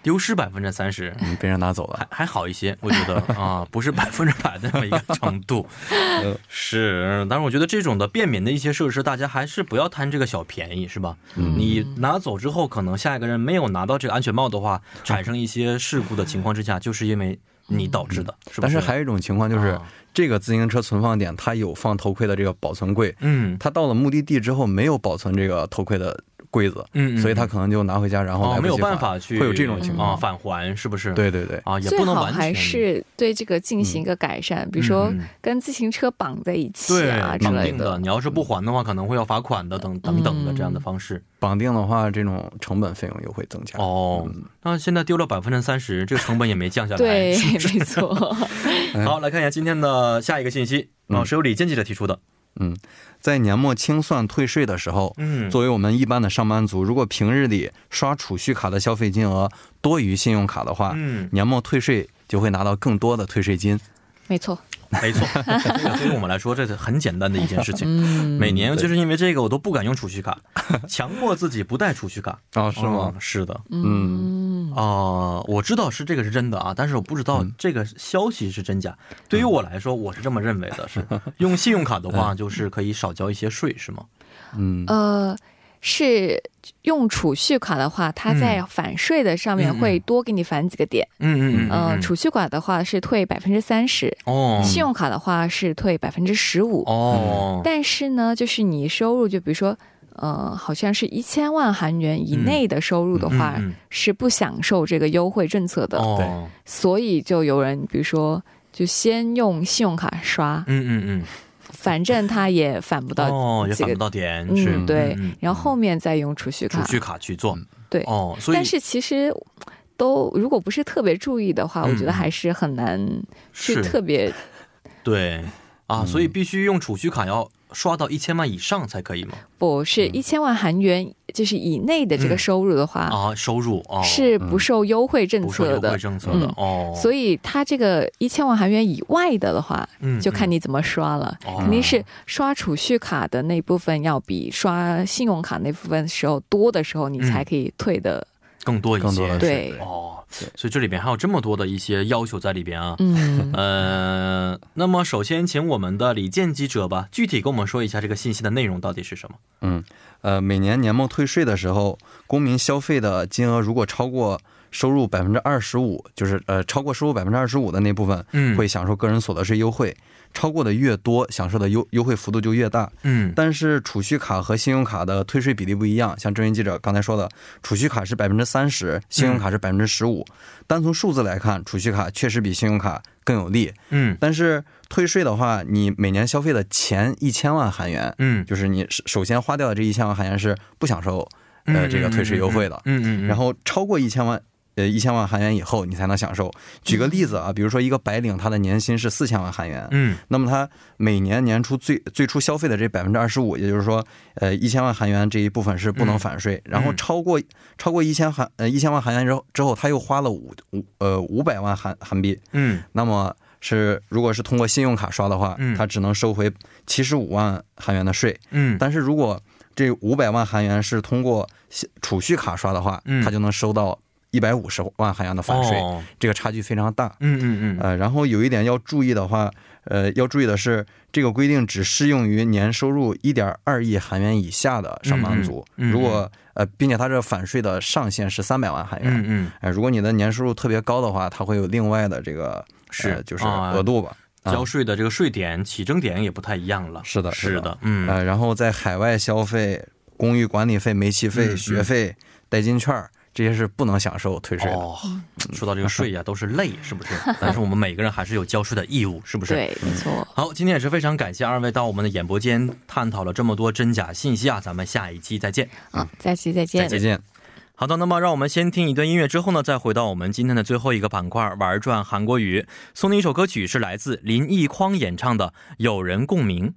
Speaker 1: 丢失百分之三十，
Speaker 4: 嗯被人拿走了。
Speaker 1: 还还好一些，我觉得 啊，不是百分之百的那么一个程度，
Speaker 4: 嗯
Speaker 1: 是。但是我觉得这种的便民的一些设施，大家还是不要贪这个小便宜，是吧？
Speaker 4: 嗯
Speaker 1: 你拿走之后，可能下一个人没有拿到这个安全帽的话，产生一些事故的情况之下，就是因为你导致的，是不
Speaker 4: 嗯但
Speaker 1: 是？
Speaker 4: 是还有一种情况就是，
Speaker 1: 啊
Speaker 4: 这个自行车存放点它有放头盔的这个保存柜，
Speaker 1: 嗯，
Speaker 4: 它到了目的地之后没有保存这个头盔的柜子，
Speaker 1: 嗯嗯
Speaker 4: 所以它可能就拿回家，然后来
Speaker 1: 哦，
Speaker 4: 不及
Speaker 1: 没有
Speaker 4: 返
Speaker 1: 办法去，
Speaker 4: 会有这种情
Speaker 1: 啊返
Speaker 4: 况。
Speaker 1: 还是不是？
Speaker 4: 对对对，
Speaker 1: 啊，也
Speaker 5: 嗯最
Speaker 1: 不能
Speaker 5: 好
Speaker 1: 完全嗯
Speaker 5: 还是对这个进行一个改善，比如说
Speaker 1: 嗯嗯
Speaker 5: 跟自行车绑在一起
Speaker 1: 对
Speaker 5: 啊之
Speaker 1: 绑
Speaker 5: 类
Speaker 1: 定的，
Speaker 5: 的。嗯
Speaker 1: 你要是不还的话，可能会要罚款的，等等等的这样的方式。
Speaker 4: 绑定的话，这种成本费用又会增加。
Speaker 1: 哦，那现在丢了百分之三十，这个成本也没降下来。
Speaker 5: 对，
Speaker 1: 嗯是
Speaker 4: 在年末清算退税的时候，
Speaker 1: 嗯
Speaker 4: 作为我们一般的上班族，如果平日里刷储蓄卡的消费金额多于信用卡的话，
Speaker 1: 嗯，
Speaker 4: 年末退税就会拿到更多的退税金。
Speaker 5: 没错，
Speaker 1: 没错， 这个对于我们来说，这是很简单的一件事情。
Speaker 5: 嗯，
Speaker 1: 每年就是因为这个，我都不敢用储蓄卡，强迫自己不带储蓄卡。
Speaker 4: 哦，
Speaker 1: 嗯？是的，
Speaker 5: 嗯，
Speaker 1: 哦、我知道是这个是真的啊，但是我不知道这个消息是真假。对于我来说，我是这么认为 的，是用信用卡的话，就是可以少交一些税，是吗？
Speaker 4: 嗯，
Speaker 5: 呃，是用储蓄卡的话，它在返税的上面
Speaker 1: 嗯嗯
Speaker 5: 会多给你返几个点。
Speaker 1: 嗯嗯嗯
Speaker 5: 嗯、
Speaker 1: 嗯
Speaker 5: 储蓄卡的话是退百分之三十，
Speaker 1: 哦
Speaker 5: 信用卡的话是退百分之十五。
Speaker 1: 哦，
Speaker 5: 但是呢，就是你收入，就比如说，呃，好像是一千万韩元以内的收入的话，
Speaker 1: 嗯嗯
Speaker 5: 是不享受这个优惠政策的。
Speaker 1: 哦，
Speaker 5: 所以就有人，比如说，就先用信用卡刷，
Speaker 1: 嗯嗯
Speaker 5: 反正他也返不
Speaker 1: 嗯，
Speaker 5: 到
Speaker 1: 哦，也
Speaker 5: 这
Speaker 1: 返
Speaker 5: 个
Speaker 1: 不到点，是
Speaker 5: 嗯，对
Speaker 1: 嗯嗯，
Speaker 5: 然后后面再用储蓄卡
Speaker 1: 储。蓄卡去做，
Speaker 5: 对
Speaker 1: 哦，所以
Speaker 5: 但是其实都如果不是特别注意的话，
Speaker 1: 嗯
Speaker 5: 我觉得还是很难去
Speaker 1: 是
Speaker 5: 特别
Speaker 1: 对啊，所
Speaker 4: 嗯
Speaker 1: 以必须用储蓄卡要刷到一千万以上才可以吗？
Speaker 5: 不是一千万韩元就是以内的这个
Speaker 1: 嗯
Speaker 5: 收入的话，
Speaker 1: 啊，收入哦
Speaker 5: 是不受优惠政
Speaker 1: 不受优
Speaker 5: 策的
Speaker 1: 惠。政策的
Speaker 5: 嗯
Speaker 1: 哦，
Speaker 5: 所
Speaker 1: 以
Speaker 5: 以它这个一千万韩元以外的的话，就看你怎么刷了。
Speaker 1: 嗯哦
Speaker 5: 肯定是刷储蓄卡的那部分要比刷信用卡那部分时候多的时候，你
Speaker 1: 嗯
Speaker 5: 才可以退的。
Speaker 1: 更多一
Speaker 4: 更多
Speaker 1: 些
Speaker 4: 的是
Speaker 5: 对，
Speaker 1: 哦，所以这里边还有这么多的一些要求在里边啊。
Speaker 5: 嗯，
Speaker 1: 呃，那么首先请我们的李健记者吧，具体跟我们说一下这个信息的内容到底是什么。
Speaker 4: 呃，每年年末退税的时候，公民消费的金额如果超过收入百分之二十五，就是呃超过收入百分之二十五的那部分，
Speaker 1: 嗯
Speaker 4: 会享受个人所得税优惠。超过的越多，享受的优优惠幅度就越大。
Speaker 1: 嗯
Speaker 4: 但是储蓄卡和信用卡的退税比例不一样，像郑云记者刚才说的，储蓄卡是百分之三十，信用卡是百分之十五。单从数字来看，储蓄卡确实比信用卡更有利。
Speaker 1: 嗯
Speaker 4: 但是退税的话，你每年消费的前一千万韩元，
Speaker 1: 嗯，
Speaker 4: 就是你首首先花掉的这一千万韩元是不享受呃这个退税优惠的，
Speaker 1: 嗯嗯嗯，
Speaker 4: 然后超过一千万。呃，一千万韩元以后你才能享受。举个例子啊，比如说一个白领，他的年薪是四千万韩元，
Speaker 1: 嗯
Speaker 4: 那么他每年年初最最初消费的这百分之二十五，也就是说，呃，一千万韩元这一部分是不能返税，
Speaker 1: 嗯
Speaker 4: 然后超过超过一千韩呃一千万韩元之后之后，他又花了五五呃五百万韩韩币，
Speaker 1: 嗯
Speaker 4: 那么是如果是通过信用卡刷的话，
Speaker 1: 嗯
Speaker 4: 他只能收回七十五万韩元的税，
Speaker 1: 嗯，
Speaker 4: 但是如果这五百万韩元是通过信储蓄卡刷的话，
Speaker 1: 嗯
Speaker 4: 他就能收到一百五十万韩元的返税，
Speaker 1: 哦
Speaker 4: 这个差距非常大。
Speaker 1: 嗯嗯嗯，
Speaker 4: 呃，然后有一点要注意的话，呃，要注意的是，这个规定只适用于年收入一点二亿韩元以下的上班族。
Speaker 1: 嗯嗯嗯
Speaker 4: 如果呃，并且它这返税的上限是三百万韩元。
Speaker 1: 嗯嗯。
Speaker 4: 呃，如果你的年收入特别高的话，它会有另外的这个
Speaker 1: 是
Speaker 4: 呃就是
Speaker 1: 啊
Speaker 4: 额度吧。啊
Speaker 1: 交税的这个税点、起征点也不太一样了。
Speaker 4: 是的是的
Speaker 1: 是的，嗯，
Speaker 4: 呃，然后在海外消费，公寓管理费、煤气费、
Speaker 1: 嗯嗯
Speaker 4: 学费、代金券儿这些是不能享受退税的。嗯
Speaker 1: 哦，说到这个税呀、都是累，是不是？但是我们每个人还是有交税的义务，是 不是？。
Speaker 5: 对，没错。
Speaker 1: 好，今天也是非常感谢二位到我们的演播间探讨了这么多真假信息啊，咱们下一期再见。
Speaker 5: 啊，下期再见。
Speaker 4: 再见。
Speaker 1: 好的，那么让我们先听一段音乐，之后呢，再回到我们今天的最后一个板块——玩转韩国语。送你一首歌曲，是来自林奕匡演唱的《有人共鸣》。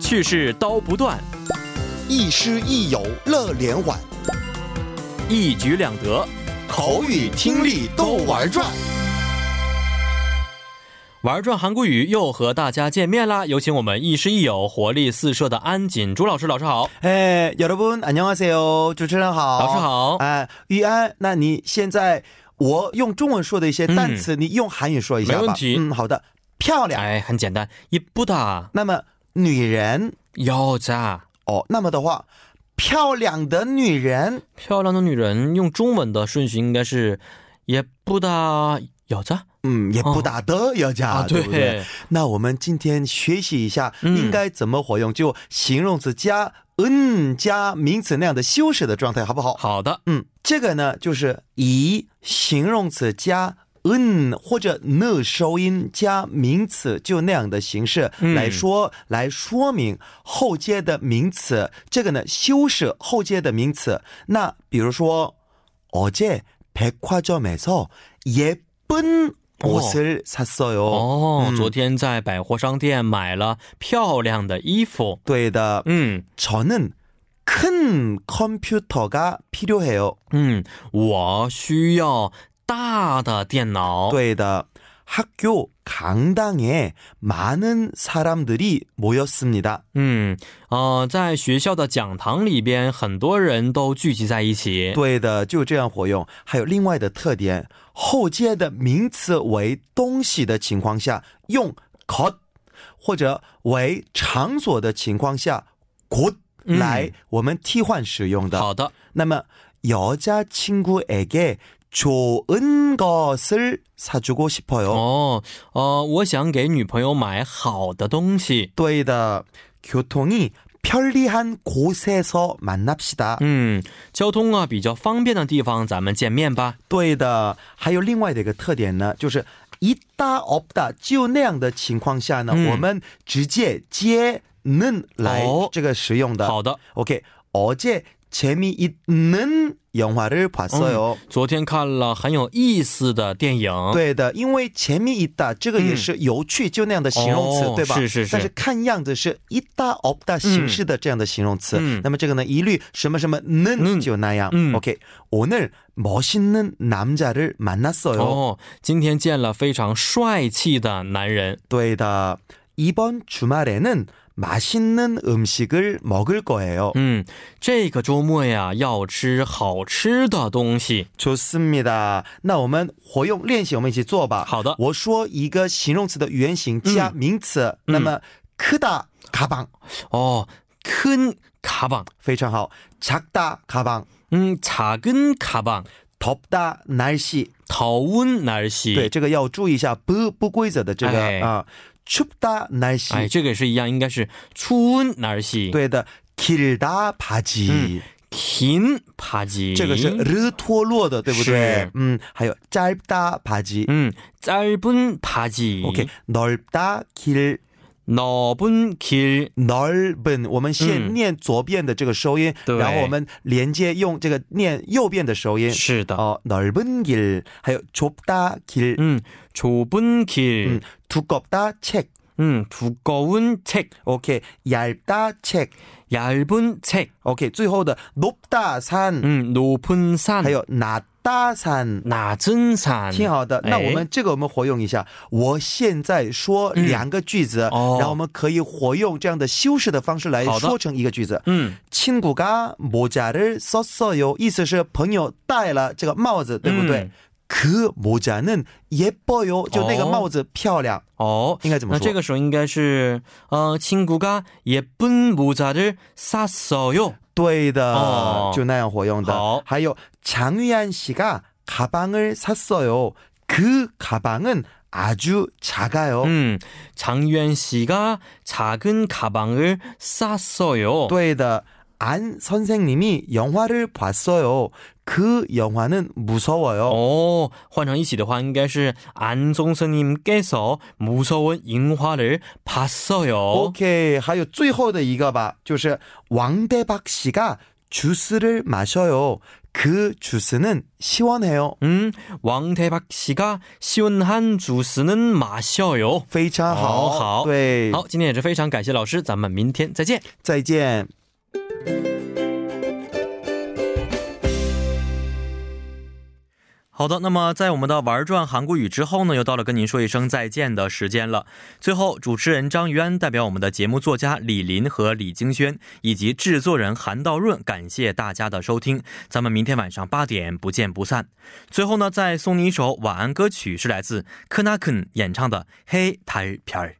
Speaker 1: 去世刀不断，
Speaker 7: 亦师亦友乐连环，
Speaker 1: 一举两得。
Speaker 7: 口语听力都玩转。
Speaker 1: 玩转韩国语又和大家见面啦！有请我们亦师亦友、活力四射的安锦珠老师，老师好，
Speaker 8: 哎，여러분안녕하세요，主持人好，
Speaker 1: 老师好
Speaker 8: 哎，玉安，那你现在我用中文说的一些单词，你用韩语说一下吧。
Speaker 1: 嗯没问题
Speaker 8: 嗯，好的，漂亮。
Speaker 1: 哎，很简单，一不打
Speaker 8: 那么女人
Speaker 1: 要咋？
Speaker 8: 哦，那么的话，漂亮的女人，
Speaker 1: 漂亮的女人用中文的顺序应该是也不打要咋
Speaker 8: 嗯，也不打的要加，
Speaker 1: 啊
Speaker 8: 对不啊对？那我们今天学习一下
Speaker 1: 哦嗯
Speaker 8: 应该怎么活用，就形容词加嗯加名词那样的修饰的状态，好不好？
Speaker 1: 好的，
Speaker 8: 嗯，这个呢就是以形容词加嗯或者呢收音加名词，就那样的形式
Speaker 1: 嗯
Speaker 8: 来说、来说明后接的名词。这个呢，修饰后接的名词。那比如说，哦어제백화점에서예쁜옷을샀어요。
Speaker 1: 哦、昨天在百货商店买了漂亮的衣服。
Speaker 8: 对的，
Speaker 1: 嗯
Speaker 8: 저는큰 컴퓨터가 필요해요.
Speaker 1: 嗯，我需要大的电脑。，
Speaker 8: 되다. 학교 강당에 많은 사람들이 모였습니다.
Speaker 1: 嗯呃，在学校的讲堂里边，很多人都聚集在一起。
Speaker 8: 对的,就这样活用。还有另外的特点,后接的名词为东西的情况下用 것, 或者为场所的情况下 곳,
Speaker 1: 嗯。
Speaker 8: 来我们替换使用的。
Speaker 1: 好的，
Speaker 8: 那么 여자친구에게 좋은 것을 사주고 싶어요.
Speaker 1: 哦，呃，我想给女朋友买好的东西。
Speaker 8: 또이다 교통이 편리한 곳에서 만납시다.
Speaker 1: 嗯，交通啊比较方便的地方，咱们见面吧。
Speaker 8: 对的，还有另外的一个特点呢，就是一大 opta 就那样的情况下呢，
Speaker 1: 嗯
Speaker 8: 我们直接接는来
Speaker 1: 哦
Speaker 8: 这个使用的。
Speaker 1: 好的，
Speaker 8: OK，어제재미있는영화를
Speaker 1: 嗯
Speaker 8: 봤어요。
Speaker 1: 昨天看了很有意思的电影。
Speaker 8: 对的，因为前面一大这个也是有趣，就那样的形容词，
Speaker 1: 哦
Speaker 8: 对吧？
Speaker 1: 是是是
Speaker 8: 但是看样子是一大 o 大形式的这样的形容词。
Speaker 1: 嗯
Speaker 8: 那么这个呢，一律什么什么
Speaker 1: 嗯
Speaker 8: 는就那样。
Speaker 1: 嗯
Speaker 8: OK，오늘멋있는남자를만났어요。
Speaker 1: 哦，今天见了非常帅气的男人。
Speaker 8: 对的，이번주말에는맛있는음식을먹을거예요。
Speaker 1: 嗯，这个周末呀，要吃好吃的东西。
Speaker 8: 좋습니다。那我们活用练习，我们一起做吧。
Speaker 1: 好的
Speaker 8: 我说一个形容词的原型加名词，那么크다卡棒
Speaker 1: 哦，큰가방，
Speaker 8: 非常好，작다卡棒。
Speaker 1: 嗯，작은가방，
Speaker 8: 덥다 날씨
Speaker 1: 더운날씨。
Speaker 8: 对，这个要注意一下不不规则的这个
Speaker 1: 哎
Speaker 8: 啊、춥다 날씨、
Speaker 1: 哎，这个也是一样，应该是추운날씨。，
Speaker 8: 对的길다바지、
Speaker 1: 嗯긴바지。
Speaker 8: 这个是日脱落的，对不对
Speaker 1: 是？
Speaker 8: 嗯，还有짧다바지、
Speaker 1: 嗯， 음, 짧은바지。
Speaker 8: OK，넓다길
Speaker 1: 넓은길。
Speaker 8: 넓은，我们先
Speaker 1: 嗯
Speaker 8: 念左边的这个收音，
Speaker 1: 对
Speaker 8: 然后我们连接用这个念右边的收音。
Speaker 1: 是的。嗯
Speaker 8: 哦，넓은길，还有좁다길，
Speaker 1: 음, 좁은
Speaker 8: 嗯
Speaker 1: 길. ，
Speaker 8: 두껍다책
Speaker 1: 음, 두꺼운 책.
Speaker 8: ，OK，얇다책。
Speaker 1: 얇은 책.
Speaker 8: OK，最后的 높다 산，、
Speaker 1: 음, 높은 산.
Speaker 8: 还有 낮다 산，
Speaker 1: 낮은 산.
Speaker 8: 挺好的。
Speaker 1: 嗯哎
Speaker 8: 那我们这个我们活用一下。我现在说两个句子，
Speaker 1: 嗯哦
Speaker 8: 然后我们可以活用这样的修饰的方式来
Speaker 1: 好的嗯
Speaker 8: 说成一个句子。
Speaker 1: 음,
Speaker 8: 친구가모자를썼어요，意思是朋友戴了这个帽子，对不对
Speaker 1: 嗯？
Speaker 8: 그모자는예뻐요，就那个
Speaker 1: 哦
Speaker 8: 帽子漂亮，
Speaker 1: 어.
Speaker 8: 应该怎么
Speaker 1: 那这
Speaker 8: 说？
Speaker 1: 个时候应该是呃 어, 친구가예쁜모자를샀어요
Speaker 8: 对的，
Speaker 1: 哦
Speaker 8: 就那样活用
Speaker 1: 好
Speaker 8: 的。还有장유한씨가가방을샀어요。그가방은아주작아요。
Speaker 1: 음, 장유현 씨가 작은 가방을 샀어요.
Speaker 8: 对的，안선생님이영화를봤어요。그영화는무서워요。
Speaker 1: 어, 换成一起的话应该是 안송선님께서 무서운樱花를 봤어요.
Speaker 8: OK，还有最后的一个吧，就是王대박씨가주스를마셔요그주스는시원해요。
Speaker 1: 음, 왕대박 씨가 시원한 주스는 마셔요.
Speaker 8: 非常好，
Speaker 1: 好好
Speaker 8: 对，，
Speaker 1: 好，今天也是非常感谢老师，咱们明天再见。
Speaker 8: 再见。
Speaker 1: 好的，那么在我们的玩转韩国语之后呢，又到了跟您说一声再见的时间了。最后，主持人张于安代表我们的节目作家李林和李京轩，以及制作人韩道润，感谢大家的收听。咱们明天晚上八点不见不散。最后呢，再送你一首晚安歌曲，是来自科纳肯演唱的《黑台片儿》。